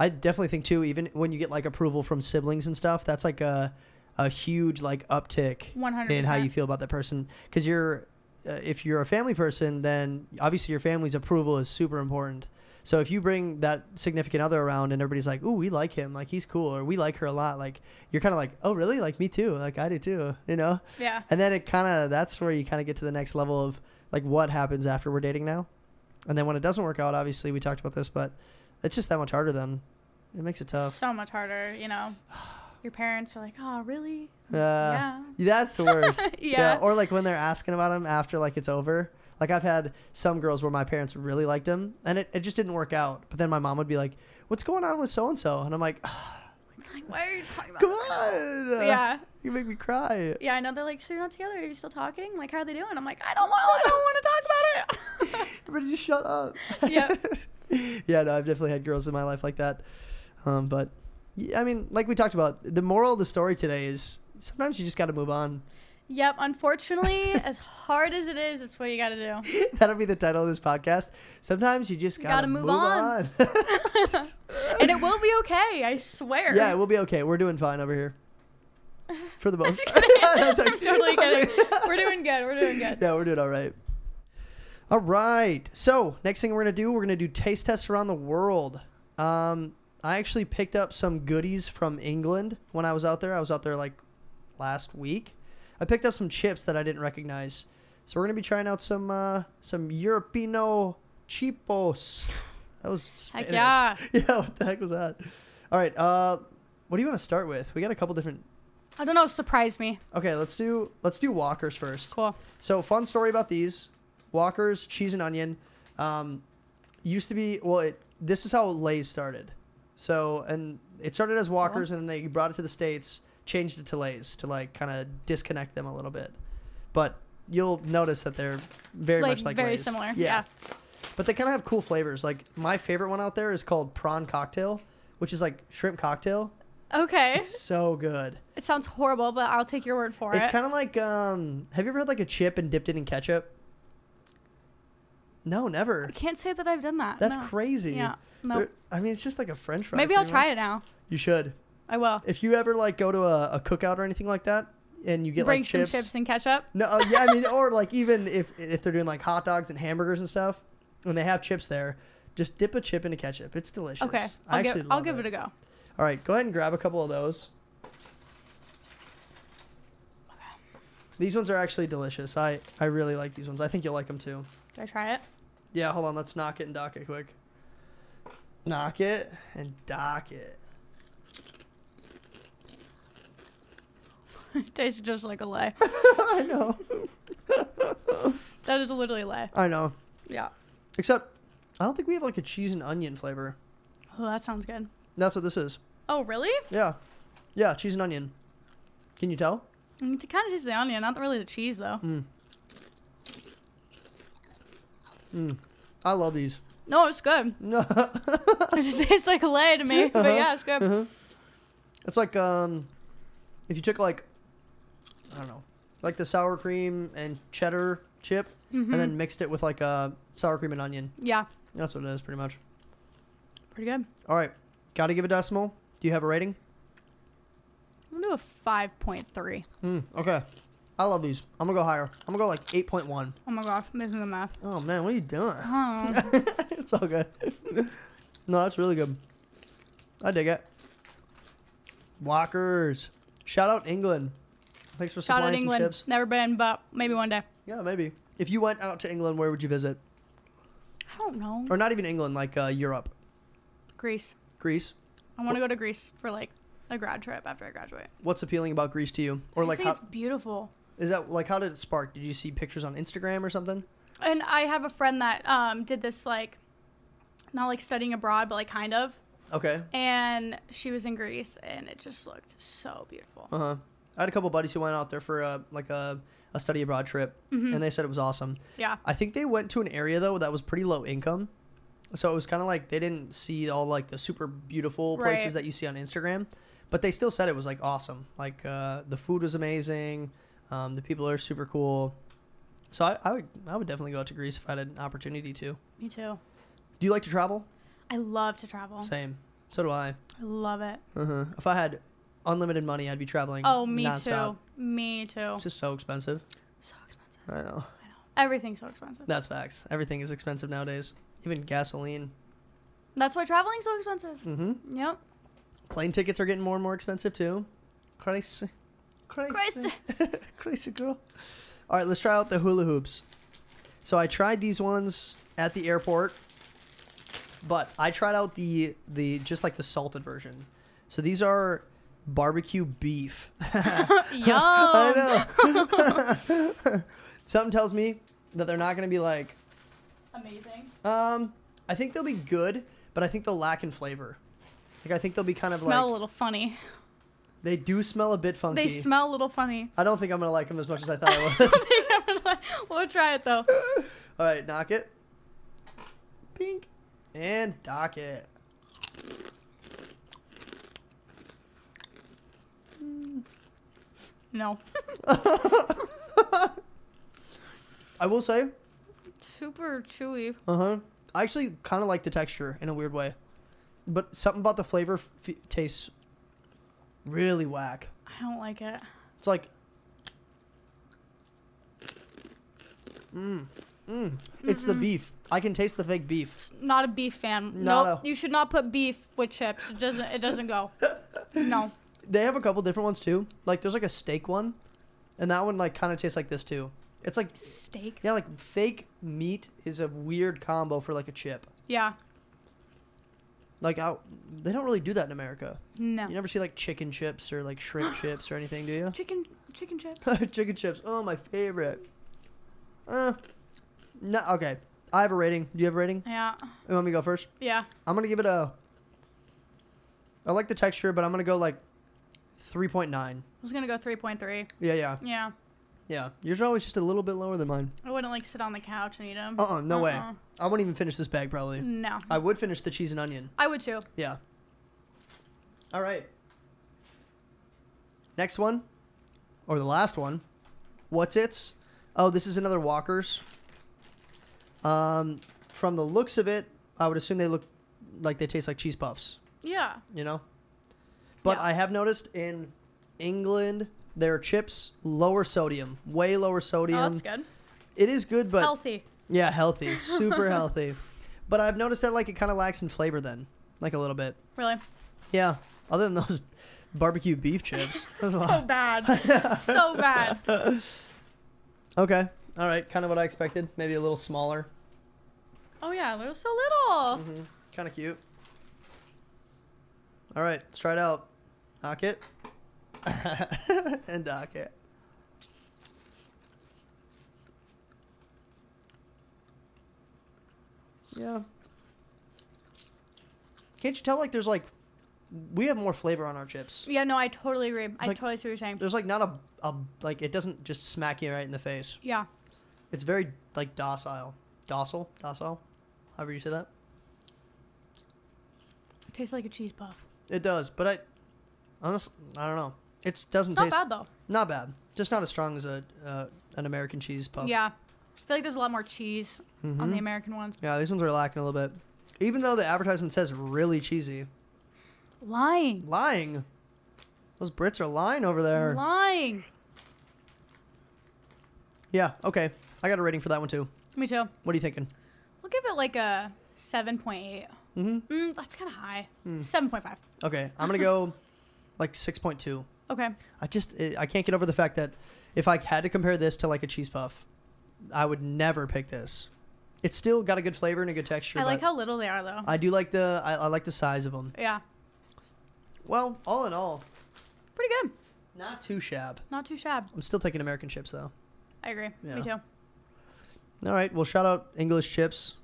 S1: I definitely think too. Even when you get like approval from siblings and stuff, that's like a a huge like uptick
S2: 100%.
S1: in how you feel about that person. Because you're, uh, if you're a family person, then obviously your family's approval is super important. So if you bring that significant other around and everybody's like, "Ooh, we like him. Like he's cool," or "We like her a lot," like you're kind of like, "Oh, really? Like me too. Like I do too." You know.
S2: yeah.
S1: And then it kind of that's where you kind of get to the next level of like what happens after we're dating now. And then when it doesn't work out, obviously we talked about this, but it's just that much harder then. It makes it tough.
S2: so much harder, you know. Your parents are like, "Oh, really?"
S1: Uh,
S2: *laughs* Yeah.
S1: That's the worst.
S2: *laughs* Yeah.
S1: Or like when they're asking about him after like it's over. Like I've had some girls where my parents really liked him and it, it just didn't work out. But then my mom would be like, What's going on with so and so? And I'm like,
S2: Like, why are you talking about?
S1: Come
S2: this?"
S1: on.
S2: Yeah.
S1: You make me cry.
S2: Yeah, I know they're like, "So you're not together? Are you still talking? Like, how are they doing?" I'm like, "I don't want. I don't want to talk about it." *laughs*
S1: *laughs* Everybody just shut up.
S2: Yep.
S1: *laughs* yeah, no, I've definitely had girls in my life like that. Um, but yeah, I mean, like we talked about, the moral of the story today is sometimes you just got to move on. *laughs*
S2: Yep, unfortunately, as hard as it is, it's what you got to do.
S1: That'll be the title of this podcast. Sometimes you just got
S2: Gotta
S1: to
S2: move
S1: move,
S2: on.
S1: on.
S2: *laughs*
S1: *laughs*
S2: and it will be okay, I swear.
S1: Yeah, we'll be okay. We're doing fine over
S2: *laughs*
S1: here. For the most part. *laughs* I was like-
S2: I'm
S1: I was *laughs*
S2: totally kidding. We're doing good. We're doing good.
S1: yeah, we're doing all right. All right. So, next thing we're going to do, we're going to do taste tests around the world. Um, I actually picked up some goodies from England when I was out there. I was out there like last week. I picked up some chips that I didn't recognize. So, we're going to be trying out some uh, some Europino chipos. That was Spanish.
S2: Heck yeah.
S1: *laughs* Yeah, what the heck was that? All right. Uh, what do you want to start with? We got a couple different.
S2: I don't know. Surprise me.
S1: Okay, let's do let's do Walkers first.
S2: Cool.
S1: So fun story about these Walkers cheese and onion. Um, used to be well. It, this is how Lay's started. So and it started
S2: Oh.
S1: as Walkers, and then they brought it to the states, changed it to Lay's to like kind of disconnect them a little bit. But you'll notice that they're very
S2: Like,
S1: much like
S2: very
S1: Lay's.
S2: similar, yeah.
S1: But they kind of have cool flavors. Like my favorite one out there is called prawn cocktail, which is like shrimp cocktail.
S2: Okay.
S1: It's so good.
S2: it sounds horrible, but I'll take your word for
S1: It's
S2: it.
S1: kind of like um. Have you ever had like a chip and dipped it in ketchup? No, never.
S2: I can't say that I've done that.
S1: That's
S2: no.
S1: crazy.
S2: Yeah. No.
S1: They're- I mean, it's just like a French fry.
S2: Maybe I'll try it now.
S1: You should.
S2: I will.
S1: If you ever like go to a, a cookout or anything like that, and you get
S2: Bring
S1: like
S2: some
S1: chips.
S2: chips and ketchup.
S1: no, uh, yeah, I mean, or like even if if they're doing like hot dogs and hamburgers and stuff, when they have chips there, just dip a chip into ketchup. It's delicious.
S2: Okay.
S1: I
S2: I'll,
S1: actually
S2: give, I'll
S1: love
S2: give it
S1: it
S2: a go.
S1: All right, go ahead and grab a couple of those. These ones are actually delicious. I, I really like these ones. I think you'll like them too.
S2: Do I try it? *laughs*
S1: Yeah, hold on. Let's knock it and dock it quick. Knock it and dock it. *laughs*
S2: it tastes just like
S1: *laughs*
S2: a lay.
S1: I know.
S2: that is literally a lay.
S1: I know.
S2: Yeah.
S1: Except, I don't think we have like a cheese and onion flavor.
S2: Oh, that sounds good.
S1: That's what this is.
S2: Oh, really?
S1: Yeah. Yeah, cheese and onion. Can you tell? Mm.
S2: I mean, It kind of tastes the onion, not really the cheese, though.
S1: Mm. I love these. *laughs*
S2: No, it's good. *laughs* it just tastes like a lay
S1: *laughs*
S2: to me. But yeah, it's
S1: Uh-huh.
S2: good.
S1: Mm-hmm. It's like um, if you took like, I don't know, like the sour cream and cheddar chip,
S2: Mm-hmm.
S1: and then mixed it with like a sour cream and onion.
S2: Yeah,
S1: That's what it is, pretty much.
S2: pretty good.
S1: All right, got to give a decimal. Do you have a rating?
S2: I'm gonna do a five point three.
S1: Mm, okay, I love these. I'm gonna go higher. I'm gonna go like eight point one.
S2: Oh my gosh, I'm missing
S1: *laughs*
S2: the math.
S1: Oh man, what are you doing?
S2: Oh,
S1: *laughs* it's all good. *laughs* no, that's really good. I dig it. Walkers. Shout out England. Thanks for
S2: shout out
S1: supplying some
S2: England.
S1: chips.
S2: Never been, but maybe one day.
S1: Yeah, maybe. If you went out to England, where would you visit?
S2: I don't know.
S1: Or not even England, like uh, Europe,
S2: Greece.
S1: Greece.
S2: I want to go to Greece for like a grad trip after I graduate.
S1: What's appealing about Greece to you? Or
S2: I
S1: like,
S2: think
S1: how,
S2: it's beautiful.
S1: is that like how did it spark? Did you see pictures on Instagram or something?
S2: And I have a friend that um, did this like, not like studying abroad, but like kind of.
S1: Okay.
S2: And she was in Greece, and it just looked so beautiful.
S1: Uh huh. I had a couple buddies who went out there for a, like a, a study abroad trip,
S2: Mm-hmm.
S1: and they said it was awesome.
S2: Yeah.
S1: I think they went to an area though that was pretty low income, so it was kind of like they didn't see all like the super beautiful places
S2: Right.
S1: that you see on Instagram, but they still said it was like awesome. Like uh, the food was amazing, um, the people are super cool. So I, I would I would definitely go out to Greece if I had an opportunity to.
S2: Me too.
S1: Do you like to travel?
S2: I love to travel.
S1: Same. So do I.
S2: I love it.
S1: Uh-huh. If I had unlimited money, I'd be traveling.
S2: Oh, me
S1: nonstop.
S2: too. Me too.
S1: It's just so expensive.
S2: So expensive.
S1: I know.
S2: Everything's so expensive.
S1: That's facts. Everything is expensive nowadays. Even gasoline.
S2: That's why traveling's so expensive.
S1: Mm-hmm.
S2: Yep.
S1: Plane tickets are getting more and more expensive too. Crazy. Crazy. Crazy girl. All right, let's try out the hula hoops. So I tried these ones at the airport. But I tried out the the just like the salted version. So these are barbecue beef.
S2: *laughs*
S1: *laughs*
S2: Yum. Oh,
S1: I know. *laughs* Something tells me that they're not going to be like.
S2: Amazing.
S1: Um, I think they'll be good, but I think they'll lack in flavor. Like I think they'll be kind of
S2: smell a
S1: like
S2: little funny.
S1: they do smell a bit funky.
S2: They smell a little funny. *laughs*
S1: I don't think I'm gonna like them as much as I thought I was.
S2: we'll try it though.
S1: All right, knock it. Pink. And dock it.
S2: No.
S1: I will say,
S2: Super chewy.
S1: uh huh. I actually kind of like the texture in a weird way, but something about the flavor f- tastes really whack.
S2: I don't like it.
S1: It's like, mmm, mmm. It's the beef. I can taste the fake beef.
S2: Not a beef fan.
S1: No,
S2: No.
S1: no.
S2: You should not put beef with chips. It doesn't it doesn't go.
S1: *laughs*
S2: No.
S1: They have a couple different ones too. Like there's like a steak one, and that one like kind of tastes like this too. It's like
S2: Steak.
S1: yeah, like fake meat is a weird combo for like a chip.
S2: Yeah.
S1: Like I, they don't really do that in America.
S2: No.
S1: You never see like chicken chips or like
S2: *laughs*
S1: shrimp chips or anything, do you?
S2: Chicken chicken chips.
S1: chicken chips. Oh, my favorite. Uh, no. Okay. I have a rating. Do you have a rating?
S2: yeah.
S1: You want me to go first?
S2: Yeah.
S1: I'm gonna give it a. I like the texture, but I'm gonna go like, three point nine.
S2: I was gonna go three point three.
S1: Yeah, yeah,
S2: Yeah.
S1: yeah. Yours are always just a little bit lower than mine.
S2: I wouldn't like sit on the couch and eat them.
S1: Uh, uh no way.
S2: Uh-uh.
S1: I won't even finish this bag probably.
S2: No.
S1: I would finish the cheese and onion.
S2: I would too.
S1: Yeah. All right. Next one, or the last one. What's its? Oh, this is another Walker's. Um, from the looks of it, I would assume they look like they taste like cheese puffs.
S2: Yeah. Oh,
S1: You know. But
S2: Yeah.
S1: I have noticed in England their chips lower sodium, way lower sodium.
S2: Oh, that's good.
S1: It is good, but
S2: Healthy.
S1: yeah, healthy,
S2: *laughs*
S1: super healthy. But I've noticed that like it kind of lacks in flavor then, like a little bit.
S2: Really.
S1: Yeah. Other than those *laughs* barbecue beef chips. *laughs* That's a
S2: So
S1: lot. *laughs*
S2: bad. so bad.
S1: okay. All right. Kind of what I expected. Maybe a little smaller.
S2: Oh yeah, they're so little.
S1: Kind of cute. All right. Let's try it out. Knock it. *laughs* and knock it. Yeah. Can't you tell like there's like we have more flavor on our chips.
S2: Yeah, no, I totally agree. I
S1: like-
S2: totally see what you're saying.
S1: There's like not a, a like it doesn't just smack you right in the face.
S2: Yeah.
S1: It's very like docile, docile, docile. However you say that,
S2: Tastes like a cheese puff.
S1: it does. But I, honestly, I don't know. It doesn't
S2: It's not
S1: taste
S2: bad though.
S1: not bad. Just not as strong as a uh, an American cheese puff.
S2: Yeah. I feel like there's a lot more cheese on
S1: Mm-hmm.
S2: the American ones.
S1: yeah. These ones are lacking a little bit. Even though the advertisement says really cheesy,
S2: Lying.
S1: lying. Those Brits are lying over there.
S2: Lying.
S1: yeah. Okay. I got a rating for that one too.
S2: Me too.
S1: What are you thinking?
S2: We'll give it like a 7.8.
S1: Mhm.
S2: Mm, that's kind of high.
S1: Hmm.
S2: 7.5.
S1: Okay. I'm gonna go like six point two.
S2: Okay.
S1: I just eh, i I can't get over the fact that if I had to compare this to like a cheese puff, I would never pick this. It's still got a good flavor and a good texture.
S2: I like
S1: but
S2: how little they are though.
S1: I do like the I, I like the size of them.
S2: yeah.
S1: Well, all in all,
S2: Pretty good.
S1: not too shab.
S2: Not too shab.
S1: I'm still taking American chips though.
S2: I agree.
S1: Yeah.
S2: Me too.
S1: All right, well, shout out English chips.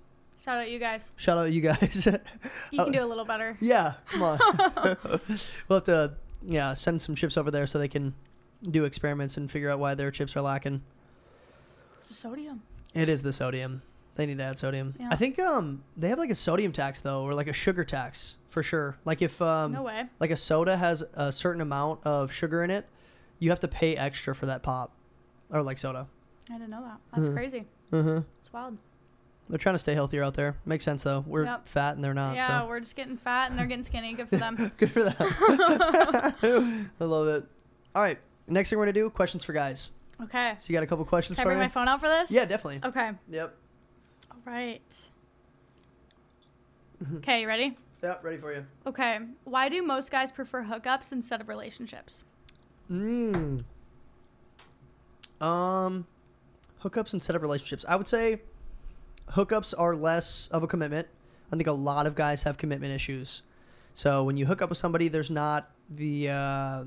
S2: Shout out you guys.
S1: Shout out you guys. *laughs*
S2: You
S1: Oh.
S2: can do a little better.
S1: yeah, come
S2: *laughs*
S1: on. we'll have to yeah send some chips over there so they can do experiments and figure out why their chips are lacking.
S2: It's the sodium.
S1: It is the sodium. They need to add sodium.
S2: Yeah.
S1: I think um they have like a sodium tax though, or like a sugar tax for sure. Like if um
S2: No way.
S1: like a soda has a certain amount of sugar in it, you have to pay extra for that pop, or like soda.
S2: I didn't know
S1: *laughs*
S2: that. That's crazy.
S1: Uh huh.
S2: It's wild.
S1: They're trying to stay healthier out there. Makes sense though. We're
S2: Yep.
S1: fat and they're not.
S2: yeah,
S1: Uh, so.
S2: we're just getting fat and they're getting skinny. Good for them.
S1: *laughs* Good
S2: *laughs*
S1: for that. I love it. All right. Next thing we're gonna do questions for guys.
S2: Okay.
S1: So you got a couple questions
S2: Can I
S1: for
S2: bring
S1: me?
S2: my phone out for this?
S1: yeah, definitely.
S2: Okay.
S1: Yep.
S2: All right.
S1: Mm-hmm.
S2: Okay, you ready?
S1: Yep. Ready for you.
S2: Okay. Why do most guys prefer hookups instead of relationships?
S1: Mm. Um, hookups instead of relationships. I would say hookups are less of a commitment. I think a lot of guys have commitment issues. So when you hook up with somebody, there's not the uh,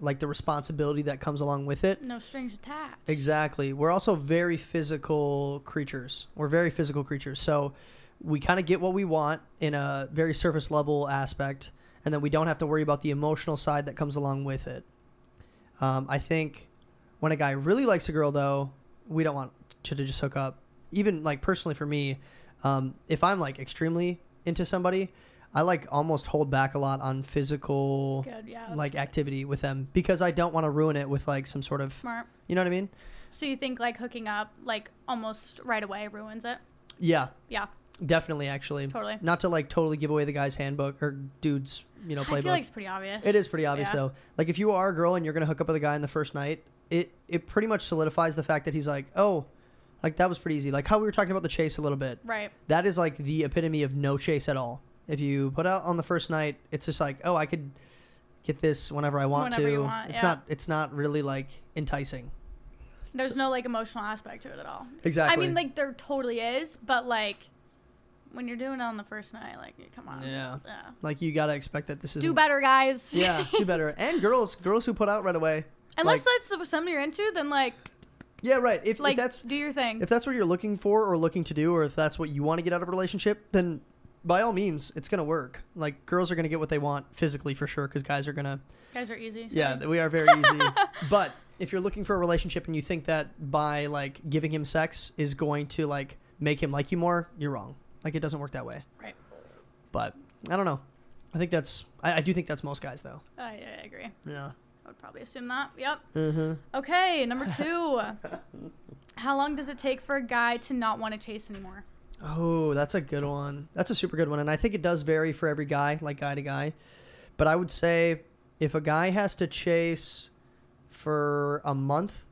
S1: like the responsibility that comes along with it.
S2: No strings attached.
S1: Exactly. We're also very physical creatures. We're very physical creatures. So we kind of get what we want in a very surface level aspect, and then we don't have to worry about the emotional side that comes along with it. Um, I think when a guy really likes a girl, though, we don't want to, to just hook up. Even like personally for me, um, if I'm like extremely into somebody, I like almost hold back a lot on physical
S2: Good. Yeah. that's
S1: like activity with them because I don't want to ruin it with like some sort of
S2: smart.
S1: you know what I mean?
S2: So you think like hooking up like almost right away ruins it?
S1: Yeah,
S2: Yeah.
S1: definitely. Actually,
S2: Totally.
S1: Not to like totally give away the guy's handbook or dude's you know
S2: I
S1: playbook.
S2: feel like it's pretty obvious.
S1: it is pretty obvious
S2: Yeah.
S1: though. Like if you are a girl and you're gonna hook up with a guy on the first night, it it pretty much solidifies the fact that he's like, oh, like that was pretty easy. Like how we were talking about the chase a little bit.
S2: Right.
S1: That is like the epitome of no chase at all. If you put out on the first night, it's just like, oh, I could get this whenever I want
S2: Whenever
S1: to.
S2: you want,
S1: it's
S2: yeah.
S1: not it's not really like enticing.
S2: There's
S1: So-
S2: no like emotional aspect to it at all.
S1: Exactly.
S2: I mean, like there totally is, but like when you're doing it on the first night, like come on.
S1: Yeah. Like you gotta expect that this is
S2: Do better, guys.
S1: Yeah,
S2: *laughs*
S1: do better. And girls, girls who put out right away.
S2: Unless
S1: like,
S2: that's something you're into, then like
S1: yeah, right. If,
S2: like
S1: if that's
S2: do your thing.
S1: if that's what you're looking for or looking to do, or if that's what you want to get out of a relationship, then by all means, it's gonna work. Like girls are gonna get what they want physically for sure, because guys are gonna.
S2: guys are easy. so-
S1: Yeah, we are very easy. *laughs* but if you're looking for a relationship and you think that by like giving him sex is going to like make him like you more, you're wrong. Like it doesn't work that way.
S2: Right.
S1: But I don't know. I think that's. I, I do think that's most guys though.
S2: I, Oh, I agree.
S1: Yeah.
S2: I would probably assume that. Yep.
S1: Mm-hmm.
S2: Okay,
S1: *laughs*
S2: number two. How long does it take for a guy to not want to chase anymore?
S1: Oh, that's a good one. That's a super good one. And I think it does vary for every guy, like guy to guy. But I would say if a guy has to chase for a month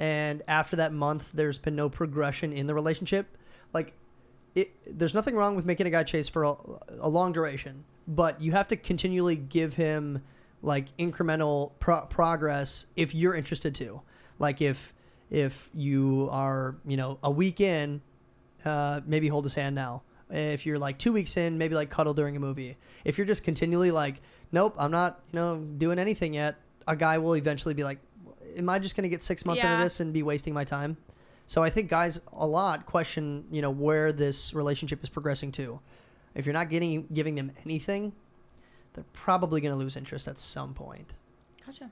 S1: and after that month there's been no progression in the relationship, like it there's nothing wrong with making a guy chase for a, a long duration, but you have to continually give him like incremental pro- progress if you're interested to. Like if if you are, you know, a week in uh, maybe hold his hand now. If you're like two weeks in, maybe like cuddle during a movie. If you're just continually like, nope, I'm not, you know, doing anything yet, a guy will eventually be like, am I just going to get six months
S2: Yeah.
S1: into this and be wasting my time? So I think guys a lot question, you know, where this relationship is progressing to. If you're not getting giving them anything, they're probably going to lose interest at some point.
S2: Gotcha.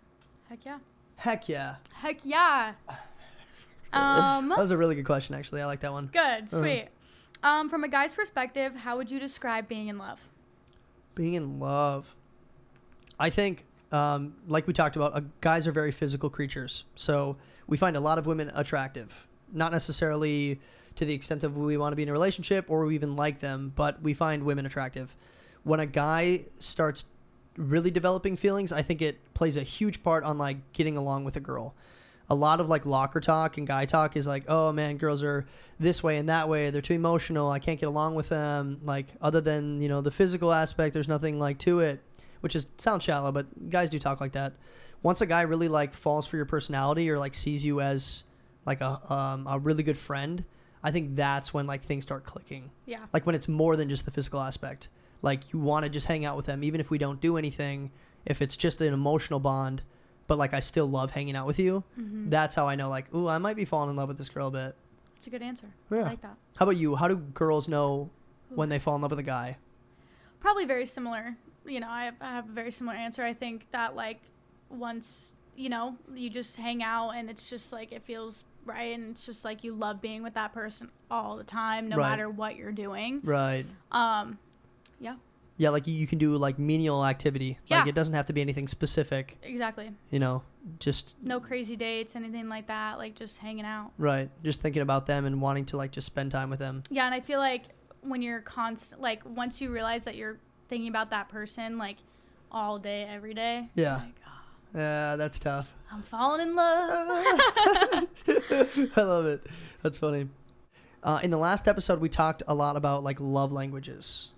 S2: Heck yeah.
S1: Heck yeah.
S2: Heck yeah.
S1: *laughs*
S2: Um,
S1: That was a really good question, actually. I like that one.
S2: good, sweet. Um, from a guy's perspective, how would you describe being in love?
S1: Being in love. I think, um, like we talked about, uh, guys are very physical creatures. So we find a lot of women attractive. Not necessarily to the extent that we want to be in a relationship or we even like them, but we find women attractive. When a guy starts really developing feelings, I think it plays a huge part on like getting along with a girl. A lot of like locker talk and guy talk is like, oh man, girls are this way and that way. They're too emotional. I can't get along with them. Like, other than, you know, the physical aspect, there's nothing like to it, which is sounds shallow, but guys do talk like that. Once a guy really like falls for your personality or like sees you as like a, um, a really good friend, I think that's when like things start clicking
S2: Yeah.
S1: like when it's more than just the physical aspect like you want to just hang out with them even if we don't do anything if it's just an emotional bond but like i still love hanging out with you
S2: Mm-hmm.
S1: that's how i know like ooh i might be falling in love with this girl a bit
S2: That's a good answer.
S1: Yeah.
S2: I like that.
S1: how about you how do girls know when they fall in love with a guy
S2: Probably very similar. You know, I have, I have a very similar answer. I think that, like, once, you know, you just hang out and it's just like it feels right and it's just like you love being with that person all the time, no
S1: Right.
S2: matter what you're doing.
S1: right
S2: Um, yeah,
S1: yeah like you- you can do like menial activity
S2: Yeah.
S1: like it doesn't have to be anything specific
S2: exactly.
S1: you know just
S2: No crazy dates, anything like that. Like just hanging out.
S1: right just thinking about them and wanting to like just spend time with them
S2: Yeah, and I feel like when you're constant, like once you realize that you're thinking about that person, like all day, every day.
S1: Yeah.
S2: Like, "Oh,
S1: yeah that's tough
S2: I'm falling in love.
S1: *laughs* I love it. That's funny. Uh, in the last episode, we talked a lot about like love languages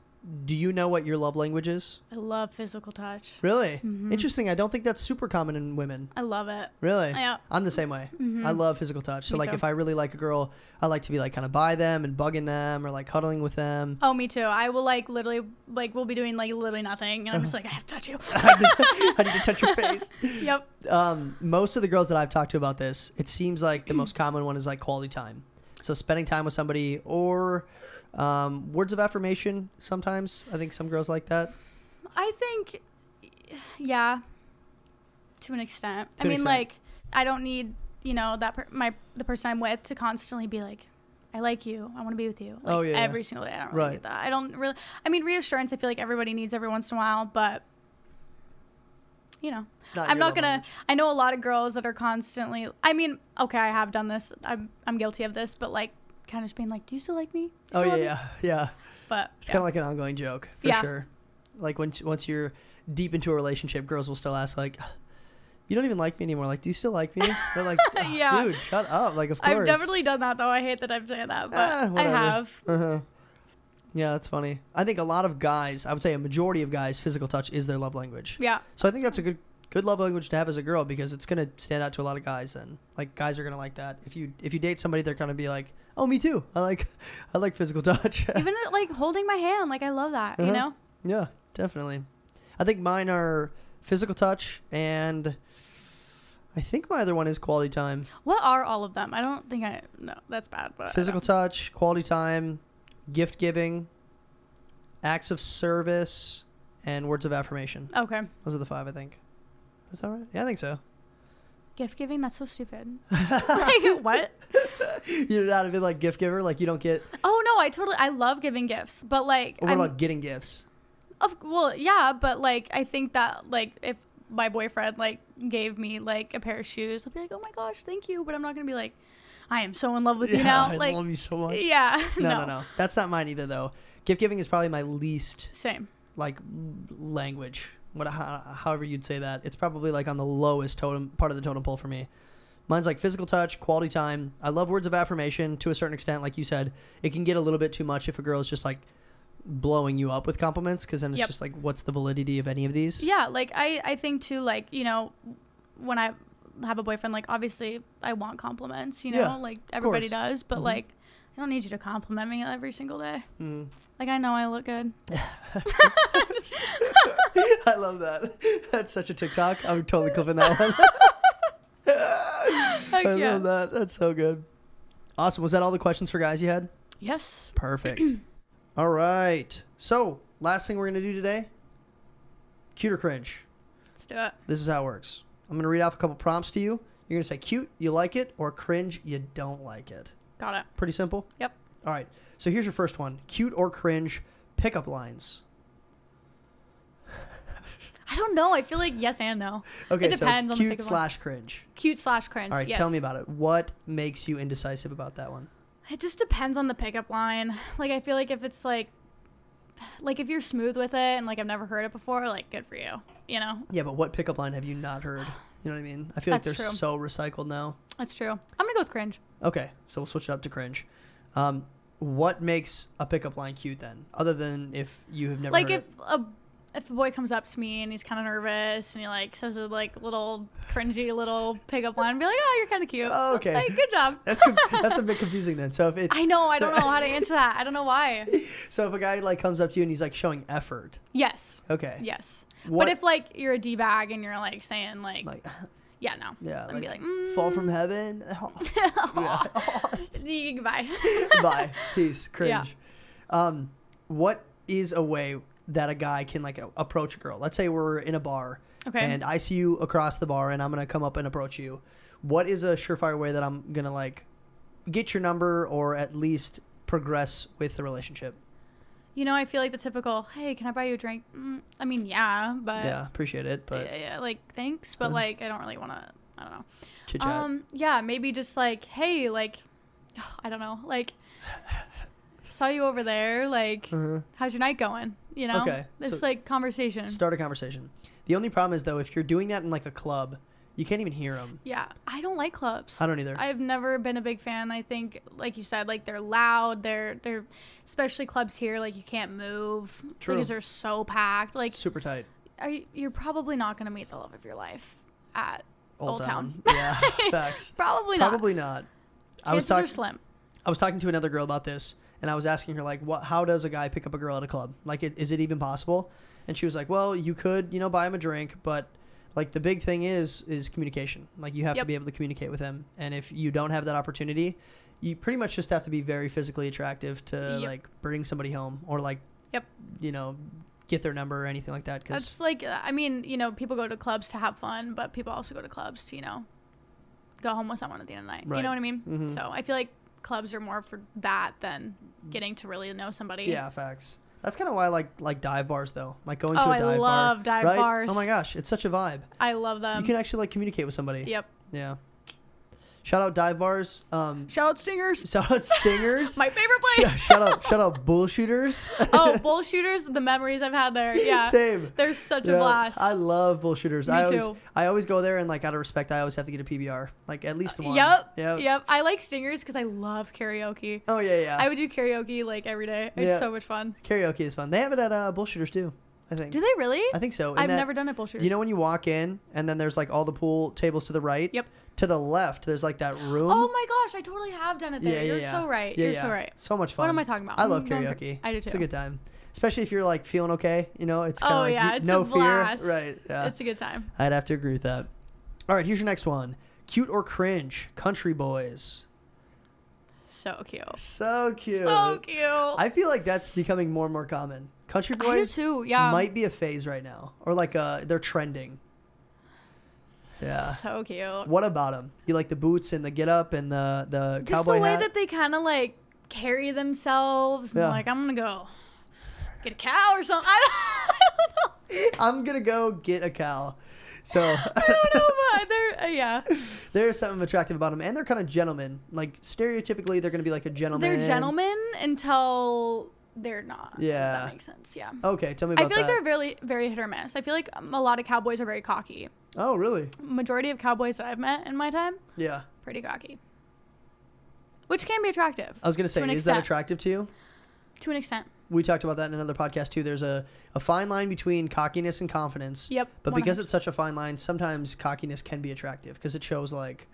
S1: do you know what your love language is?
S2: I love physical touch.
S1: Really?
S2: Mm-hmm.
S1: Interesting. I don't think that's super common in women.
S2: I love it.
S1: Really?
S2: Yeah. Mm-hmm.
S1: I'm the same way. I love physical touch. So
S2: Me
S1: like
S2: too.
S1: if I really like a girl, I like to be like kind of by them and bugging them or like cuddling with them.
S2: Oh, me too. I will like literally like we'll be doing like literally nothing, and I'm just like I have to touch you.
S1: I need to- Uh-huh. *laughs* I need to touch
S2: *laughs*
S1: your face.
S2: yep.
S1: Um, most of the girls that I've talked to about this, it seems like the most common one is like quality time. So spending time with somebody or um, words of affirmation sometimes. I think some girls like that.
S2: I think, yeah, to an extent.
S1: To
S2: I
S1: an
S2: mean,
S1: extent.
S2: like I don't need you know that per- my the person I'm with to constantly be like. I like you. I want to be with you. Like,
S1: Oh, yeah, yeah.
S2: Every single day. I don't really
S1: Right.
S2: need that. I don't really. I mean, reassurance. I feel like everybody needs every once in a while, but you know,
S1: It's not
S2: I'm
S1: your
S2: not
S1: love
S2: gonna.
S1: language.
S2: I know a lot of girls that are constantly. I mean, okay, I have done this. I'm I'm guilty of this, but like, kind of just being like, "Do you still like me?" Do you
S1: Oh
S2: still
S1: yeah,
S2: love me?"
S1: yeah, yeah.
S2: But
S1: It's kind of like an ongoing joke for
S2: Yeah.
S1: sure. Like once once you're deep into a relationship, girls will still ask like, "You don't even like me anymore. Like, do you still like me?" They're
S2: *laughs*
S1: like, "Ugh,
S2: Yeah.
S1: dude, shut up." Like, of course.
S2: I've definitely done that though. I hate that I've said that, but
S1: Ah,
S2: I
S1: whatever.
S2: have.
S1: Uh huh. Yeah, that's funny. I think a lot of guys, I would say a majority of guys, physical touch is their love language.
S2: Yeah,
S1: *laughs* So I think that's a good good love language to have as a girl because it's gonna stand out to a lot of guys. Then like guys are gonna like that. If you if you date somebody, they're gonna be like, "Oh, me too. I like *laughs* I like physical touch." *laughs*
S2: even like holding my hand, like I love that. You
S1: Uh-huh.
S2: know,
S1: Yeah, definitely. I think mine are physical touch and I think my other one is quality time.
S2: what are all of them? I don't think I. No, that's bad. But um, I
S1: Physical
S2: don't-
S1: touch, quality time, gift giving, acts of service, and words of affirmation.
S2: Okay,
S1: Those are the five, I think. Is that right? Yeah, I think so. *laughs*
S2: gift giving. That's so stupid. *laughs* like what?
S1: You're not a bit like gift giver, like you don't get.
S2: Oh no, I totally. I love giving gifts, but like,
S1: Or what
S2: I'm,
S1: about getting gifts?
S2: of well, yeah, but like, I think that like if my boyfriend like gave me like a pair of shoes, I'll be like, oh my gosh, thank you. But I'm not gonna be like, I am so in love with you
S1: Yeah,
S2: now.
S1: I
S2: like,
S1: love you so much.
S2: yeah, *laughs*
S1: No, no, no. That's not mine either, though. Gift giving is probably my least
S2: Same.
S1: like l- language, what ho- however you'd say that. It's probably like on the lowest totem part of the totem pole for me. Mine's like physical touch, quality time. I love words of affirmation to a certain extent. Like you said, it can get a little bit too much if a girl is just like blowing you up with compliments because then it's
S2: Yep.
S1: just like, what's the validity of any of these?
S2: Yeah, like I, I think too, like, you know, when I have a boyfriend, like, obviously I want compliments, you know,
S1: Yeah,
S2: like
S1: course.
S2: everybody does, but
S1: Mhm.
S2: like, I don't need you to compliment me every single day.
S1: Mm.
S2: Like, I know I look good.
S1: *laughs* I love that. *laughs* That's such a TikTok. I'm totally clipping that one. *laughs*
S2: Heck
S1: I
S2: yeah.
S1: love that. That's so good. Awesome. Was that all the questions for guys you had?
S2: Yes.
S1: Perfect. *clears throat* All right. So, last thing we're going to do today cute or cringe.
S2: Let's do it.
S1: This is how it works. I'm going to read off a couple prompts to you. You're going to say cute, you like it, or cringe, you don't like it.
S2: Got it.
S1: Pretty simple.
S2: Yep.
S1: All right. So, here's your first one cute or cringe pickup lines.
S2: I don't know. I feel like yes and no.
S1: Okay.
S2: it depends
S1: so
S2: on the
S1: cute
S2: pickup line.
S1: slash cringe.
S2: Cute slash cringe.
S1: All right.
S2: yes.
S1: Tell me about it. What makes you indecisive about that one?
S2: It just depends on the pickup line. Like, I feel like if it's like, like if you're smooth with it and like I've never heard it before, like good for you. You know,
S1: Yeah, but what pickup line have you not heard? You know what I mean? I feel like
S2: That's
S1: they're
S2: true.
S1: so recycled now.
S2: that's true. I'm gonna go with cringe.
S1: Okay, so we'll switch it up to cringe. Um, what makes a pickup line cute then, other than if you have never
S2: like
S1: heard
S2: if a if a boy comes up to me and he's kind of nervous and he like says a like little cringy little pickup line, I'd be like, oh, you're kind of cute.
S1: Oh, okay.
S2: Like, good job.
S1: it? That's com- that's a bit confusing then. So if it's
S2: I know. I don't know how to answer that. I don't know why.
S1: so if a guy like comes up to you and he's like showing effort,
S2: Yes.
S1: okay,
S2: Yes.
S1: What-
S2: But if like you're a d bag and you're like saying like,
S1: like
S2: yeah no,
S1: yeah,
S2: I'd be like
S1: fall
S2: mm,
S1: from
S2: *laughs*
S1: heaven, *laughs* Yeah.
S2: yeah,
S1: *laughs*
S2: *laughs* goodbye.
S1: bye, peace, cringe. Um, what is a way that a guy can like a- approach a girl? Let's say we're in a bar,
S2: Okay.
S1: and I see you across the bar, and I'm gonna come up and approach you. What is a surefire way that I'm gonna like get your number or at least progress with the relationship?
S2: you know, I feel like the typical, hey, can I buy you a drink? Mm, I mean, yeah, but
S1: yeah, appreciate it, but
S2: yeah, yeah, like thanks, but
S1: Uh-huh.
S2: like I don't really want to. I don't know.
S1: chit chat.
S2: Um, yeah, maybe just like, hey, like, *sighs* I don't know,
S1: *laughs*
S2: like, saw you over there. Like,
S1: Uh-huh.
S2: how's your night going? You know,
S1: Okay,
S2: it's
S1: so-
S2: like conversation.
S1: Start a conversation. The only problem is though, if you're doing that in like a club, You can't even hear them.
S2: Yeah, I don't like clubs.
S1: I don't either.
S2: I've never been a big fan. I think, like you said, like they're loud. They're they're especially clubs here. Like you can't move
S1: True.
S2: because they're so packed. Like
S1: Super tight.
S2: are you, you're probably not gonna meet the love of your life at Old,
S1: Old,
S2: Town. *laughs*
S1: Yeah, facts.
S2: Probably not.
S1: Probably not. I was
S2: Chances are
S1: talking.
S2: slim.
S1: I was talking to another girl about this, and I was asking her like, "What? How does a guy pick up a girl at a club? Like, it, is it even possible?" And she was like, "Well, you could, you know, buy him a drink, but like the big thing is is communication. Like, you have to
S2: Yep.
S1: be able to communicate with him, and if you don't have that opportunity, you pretty much just have to be very physically attractive to
S2: Yep.
S1: like bring somebody home or like,
S2: Yep.
S1: you know, get their number or anything like that. Because
S2: That's like uh, I mean, you know, people go to clubs to have fun, but people also go to clubs to you know go home with someone at the end of the night.
S1: Right.
S2: You know what I mean?
S1: Mhm.
S2: So I feel like clubs are more for that than getting to really know somebody.
S1: Yeah, facts. That's kind of why I like like dive bars though. Like going
S2: Oh,
S1: to a
S2: I
S1: dive bar.
S2: love dive
S1: right?
S2: bars. Um,
S1: Oh my gosh, it's such a vibe.
S2: I love them.
S1: you can actually like communicate with somebody.
S2: yep.
S1: Yeah. Shout out dive bars.
S2: *laughs*
S1: Um,
S2: Shout out Stingers.
S1: shout out stingers.
S2: *laughs* My favorite
S1: Shout-
S2: place.
S1: shout out shout out bull shooters.
S2: oh, bull shooters. The memories I've had there. *laughs*
S1: *laughs*
S2: Yeah.
S1: Same.
S2: They're such
S1: Yeah,
S2: a blast.
S1: I love bull shooters.
S2: Me
S1: I always
S2: too.
S1: I always go there and like out of respect, I always have to get a PBR, like at least one.
S2: Yep.
S1: Yeah.
S2: Yep. I like Stingers because I love karaoke.
S1: Oh yeah, yeah.
S2: I would do karaoke like every day. It's
S1: Yeah.
S2: so much fun.
S1: Karaoke is fun. They have it at uh, bull shooters too. I think.
S2: Do they really?
S1: I think so. in
S2: I've
S1: that-
S2: never done it bull shooters.
S1: You know when you walk in and then there's like all the pool tables to the right.
S2: Yep.
S1: To the left, there's like that room.
S2: Oh my gosh, I totally have done it there. You're so right.
S1: Yeah,
S2: You're
S1: yeah.
S2: so right.
S1: So much fun.
S2: What am I talking about? Mm,
S1: I love
S2: I'm going for-
S1: karaoke.
S2: I do
S1: It's a
S2: too.
S1: good time, especially if you're like feeling okay. You know, it's kind of
S2: Oh,
S1: like
S2: yeah,
S1: you-
S2: it's
S1: no
S2: a blast.
S1: fear. Right. Yeah.
S2: It's a good time.
S1: I'd have to agree with that. All right, here's your next one: cute or cringe, country boys.
S2: So cute.
S1: So cute.
S2: So cute. I,
S1: I feel like that's becoming more and more common. Country
S2: do
S1: boys
S2: too. Yeah.
S1: might be a phase right now, or like uh, they're trending. Yeah.
S2: so cute.
S1: What about them? You like the boots and the get up and the the
S2: Just
S1: cowboy
S2: the way
S1: hat?
S2: that they kind of like carry themselves. And
S1: Yeah.
S2: Like I'm gonna go get a cow or something. *laughs* I don't, I don't know.
S1: I'm gonna go get a cow. So
S2: *laughs* I
S1: *laughs*
S2: don't know, but they're uh, yeah.
S1: there's something attractive about them, and they're kind of gentlemen. Like stereotypically, they're gonna be like a gentleman.
S2: They're gentlemen until they're not. if
S1: Yeah.
S2: That makes sense. Yeah.
S1: Okay, tell me
S2: I
S1: about
S2: feel like
S1: that.
S2: they're very, very hit or miss. I feel like um, a lot of cowboys are very cocky.
S1: oh, really?
S2: Majority of cowboys that I've met in my time,
S1: Yeah.
S2: pretty cocky. Which can be attractive.
S1: I was gonna say,
S2: To an
S1: is that
S2: extent.
S1: attractive to you?
S2: To an extent.
S1: We talked about that in another podcast too. There's a, a fine line between cockiness and confidence.
S2: Yep,
S1: But because
S2: 100%.
S1: it's such a fine line, sometimes cockiness can be attractive because it shows like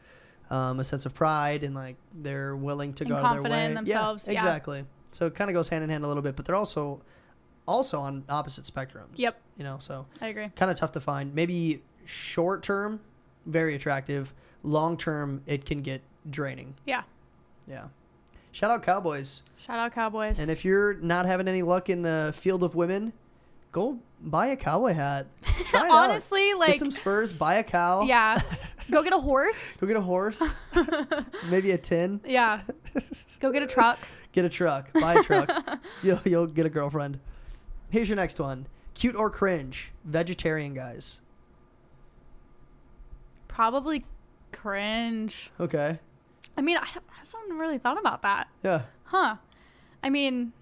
S1: um, a sense of pride and like they're willing to
S2: And
S1: go
S2: confident
S1: their way.
S2: in themselves,
S1: Yeah,
S2: yeah.
S1: exactly. So it kind of goes hand in hand a little bit, but they're also also on opposite spectrums.
S2: Yep.
S1: You know, so
S2: I agree.
S1: kind of tough to find. Maybe short term, very attractive. Long term, it can get draining.
S2: Yeah.
S1: Yeah. Shout out Cowboys.
S2: Shout out cowboys. *laughs*
S1: And if you're not having any luck in the field of women, go buy a cowboy
S2: *laughs*
S1: hat. Try it out.
S2: Honestly,
S1: get
S2: like
S1: some spurs, buy a cow.
S2: yeah. Go get a
S1: *laughs*
S2: horse. *laughs*
S1: Go get a horse, maybe a tin.
S2: Yeah. *laughs* Go get a truck.
S1: Get a truck. Buy a
S2: *laughs*
S1: truck. you'll, you'll get a girlfriend. Here's your next one. Cute or cringe? Vegetarian guys.
S2: Probably cringe.
S1: Okay.
S2: I mean, I, don't, I just haven't really thought about that. *laughs*
S1: Yeah.
S2: Huh. I mean,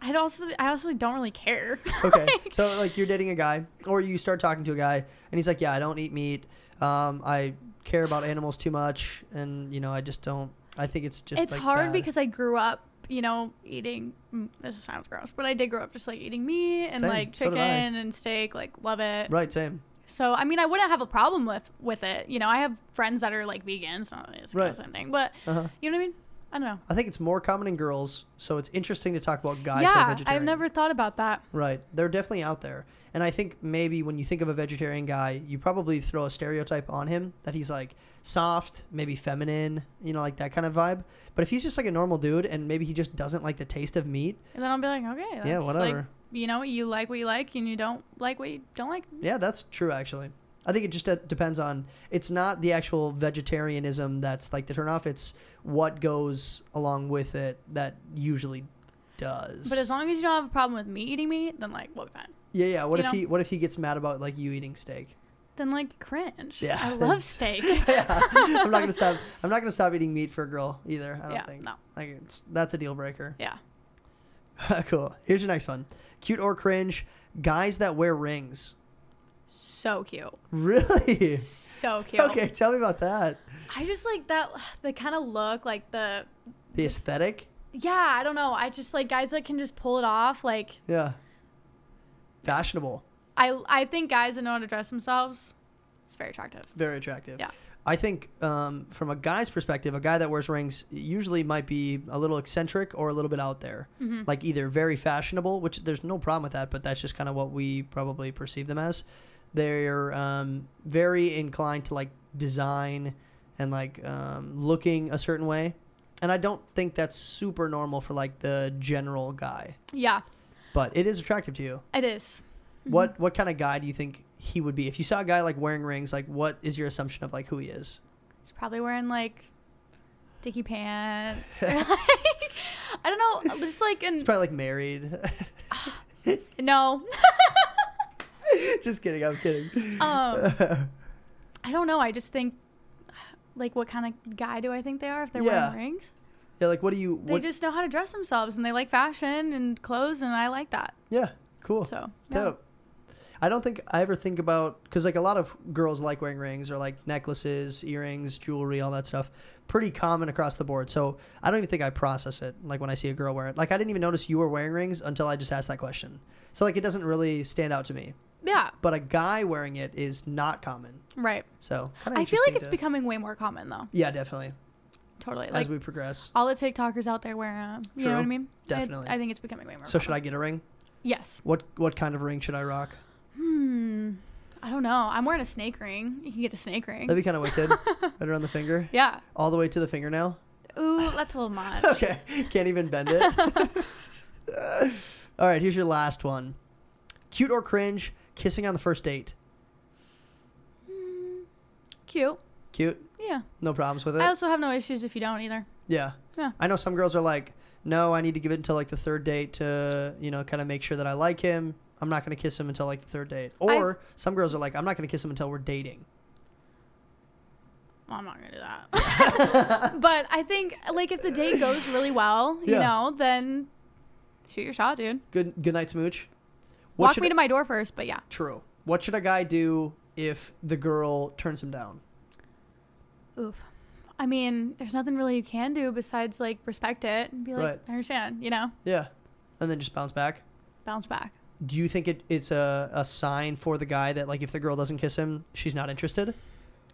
S2: I also I also don't really care. *laughs*
S1: Okay.
S2: Like,
S1: so like you're dating a guy, or you start talking to a guy, and he's like, "Yeah, I don't eat meat. Um, I care about animals too much, and you know, I just don't. I think it's just
S2: it's
S1: like,
S2: hard
S1: bad."
S2: because I grew up, you know, eating. mm, This sounds gross, but I did grow up just like eating meat and
S1: Same,
S2: like
S1: so
S2: chicken
S1: did I.
S2: and steak. Like love it.
S1: right, same.
S2: So I mean, I wouldn't have a problem with with it. You know, I have friends that are like vegans, so it's
S1: Right.
S2: the same thing. But
S1: Uh-huh.
S2: you know what I mean? I don't know.
S1: I think it's more common in girls, so it's interesting to talk about guys who are
S2: yeah,
S1: vegetarian.
S2: I've never thought about that.
S1: Right, they're definitely out there, and I think maybe when you think of a vegetarian guy, you probably throw a stereotype on him that he's like soft, maybe feminine, you know, like that kind of vibe. But if he's just like a normal dude, and maybe he just doesn't like the taste of meat,
S2: And then I'll be like, okay, that's
S1: Yeah,
S2: Like,
S1: whatever.
S2: you know, you like what you like, and you don't like what you don't like.
S1: Yeah, that's true. Actually, I think it just de- depends on. It's not the actual vegetarianism that's like the turnoff. It's what goes along with it that usually does.
S2: But as long as you don't have a problem with me eating meat, then like, we'll be fine.
S1: yeah, yeah. What
S2: you
S1: if
S2: know-
S1: he What if he gets mad about like you eating steak?
S2: Then like, cringe.
S1: Yeah.
S2: I
S1: *laughs*
S2: love steak.
S1: yeah, I'm not gonna stop. I'm not gonna stop eating meat for a girl either. I don't
S2: Yeah,
S1: think.
S2: no.
S1: Like it's, that's a deal breaker. *laughs*
S2: yeah.
S1: cool. Here's your next one. Cute or cringe? Guys that wear rings. *laughs*
S2: so cute.
S1: Really? *laughs*
S2: So cute.
S1: Okay, tell me about that.
S2: I just like that *sighs* the kind of look, like the
S1: The aesthetic?
S2: yeah, I don't know. I just like guys that can just pull it off. Like
S1: Yeah. Fashionable.
S2: I I think guys that know how to dress themselves, it's very attractive.
S1: Very attractive.
S2: Yeah.
S1: I think um, from a guy's perspective, a guy that wears rings usually might be a little eccentric or a little bit out there.
S2: Mm-hmm. Mm.
S1: Like either very fashionable, which there's no problem with that, but that's just kind of what we probably perceive them as. They're um, very inclined to like design and like um, looking a certain way. And I don't think that's super normal for like the general guy,
S2: Yeah,
S1: but it is attractive to you.
S2: it is.
S1: What what kind of guy do you think he would be? If you saw a guy like wearing rings, like what is your assumption of like who he is?
S2: He's probably wearing like
S1: *laughs*
S2: dicky pants. *laughs* or, like, I don't know, uh, just like
S1: He's
S2: an
S1: probably like married. *laughs*
S2: no.
S1: Just kidding, I'm kidding.
S2: um, I don't know. I just think *sighs* like what kind of guy do I think they are if they're
S1: Yeah.
S2: wearing rings?
S1: *laughs* yeah, like what do you
S2: They
S1: what
S2: just know how to dress themselves and they like fashion and clothes and I like that.
S1: Yeah, cool.
S2: So yeah.
S1: Dope. I don't think I ever think about because like a lot of girls like wearing rings or like necklaces, earrings, jewelry, all that stuff. Pretty common across the board. So I don't even think I process it like when I see a girl wear it. Like I didn't even notice you were wearing rings until I just asked that question. So like it doesn't really stand out to me.
S2: Yeah,
S1: But a guy wearing it is not common.
S2: right.
S1: So kinda
S2: I feel like
S1: interesting
S2: it's
S1: to-
S2: becoming way more common though.
S1: yeah, definitely
S2: Totally.
S1: as
S2: Like
S1: we progress.
S2: all the TikTokers out there wear 'em. You know what I
S1: True.
S2: mean? I-
S1: Definitely.
S2: I, think it's becoming way more.
S1: So should I
S2: common.
S1: get a ring?
S2: Yes.
S1: What what kind of ring should I rock?
S2: Hmm. I don't know. I'm wearing a snake ring. You can get a snake ring.
S1: That'd be kind of wicked. right around the finger,
S2: *laughs* yeah.
S1: all the way to the fingernail.
S2: Ooh, that's a little much.
S1: *laughs*
S2: *laughs* Hmm.
S1: Okay, can't even bend it. all right, here's your last one. Cute or cringe? Kissing on the first date.
S2: Hmm. Cute.
S1: Cute.
S2: Yeah.
S1: No problems with it.
S2: I also have no issues if you don't either.
S1: yeah.
S2: Yeah.
S1: I know some girls are like, no, I need to give it until like the third date to, you know, kind of make sure that I like him. I'm not going to kiss him until like the third date. Or some girls are like, I'm not going to kiss him until we're
S2: *laughs*
S1: dating.
S2: Well, I'm not gonna do that.
S1: *laughs*
S2: *laughs* but I think like if the date goes really well, you
S1: Yeah.
S2: know, then shoot your shot, dude.
S1: Good good night, smooch. What
S2: Walk
S1: should
S2: me
S1: a-
S2: to my door first, but yeah.
S1: True. What should a guy do if the girl turns him down?
S2: Oof. I mean, there's nothing really you can do besides like respect it and be like,
S1: Right.
S2: I understand, you know,
S1: Yeah. And then just bounce back.
S2: bounce back.
S1: Do you think it, it's a, a sign for the guy that like if the girl doesn't kiss him, she's not interested?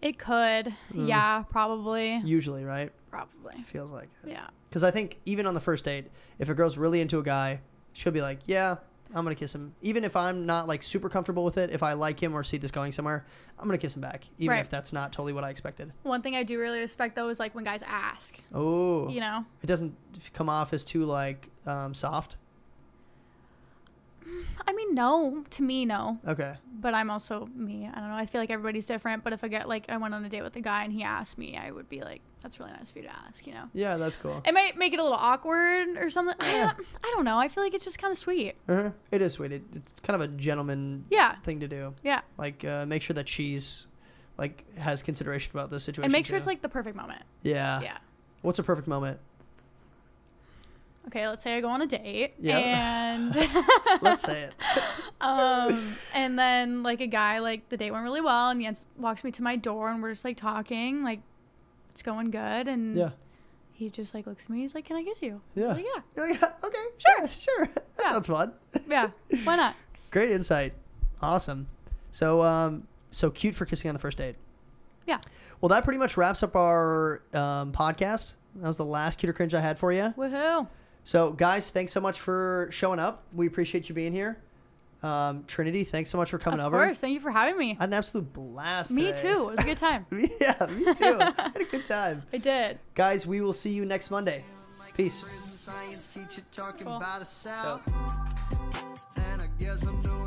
S2: It could.
S1: Mm.
S2: Yeah, probably.
S1: Usually, right?
S2: Probably.
S1: Feels like it.
S2: Yeah.
S1: Because I think even on the first date, if a girl's really into a guy, she'll be like, yeah, I'm going to kiss him. Even if I'm not like super comfortable with it, if I like him or see this going somewhere, I'm going to kiss him back. Even
S2: Right.
S1: if that's not totally what I expected.
S2: One thing I do really respect though is like when guys ask,
S1: Oh.
S2: you know,
S1: It doesn't come off as too like um, soft.
S2: I mean, no, to me, no,
S1: Okay.
S2: but I'm also me. I don't know. I feel like everybody's different, but if I get like, I went on a date with a guy and he asked me, I would be like, that's really nice of you to ask, you know.
S1: Yeah, that's cool.
S2: It might make it a little awkward or something. I, don't, I don't know. I feel like it's just kind of sweet.
S1: Uh-huh. It is sweet. It, it's kind of a gentleman
S2: Eh. Yeah.
S1: thing to do.
S2: Yeah.
S1: Like, uh, make sure that she's like has consideration about this situation.
S2: And make sure it's
S1: too.
S2: like the perfect moment.
S1: yeah.
S2: yeah.
S1: What's a perfect moment?
S2: Okay, let's say I go on a date
S1: Yeah.
S2: and *laughs*
S1: Let's say it.
S2: um and then like a guy like the date went really well and he ens- walks me to my door and we're just like talking like it's going good and
S1: Yeah.
S2: he just like looks at me he's like can I kiss you
S1: Yeah.
S2: I'm like, yeah
S1: You're like, okay. Sure. Sure. *laughs* That
S2: Yeah.
S1: sounds fun.
S2: yeah why not
S1: Great insight. Awesome. So, um, so cute for kissing on the first date.
S2: yeah
S1: Well, that pretty much wraps up our um, podcast. That was the last cute or cringe I had for you.
S2: woohoo
S1: So, guys, thanks so much for showing up. We appreciate you being here. Um, Trinity, thanks so much for coming
S2: of
S1: over.
S2: course thank you for having me
S1: I had an absolute blast.
S2: me
S1: today.
S2: too it was a good time
S1: *laughs* yeah, me too. I had a good time.
S2: I did
S1: Guys, we will see you next Monday.
S3: Like
S1: Peace.
S3: a prison science teacher talking
S2: Cool.
S3: about a South. And I guess I'm doing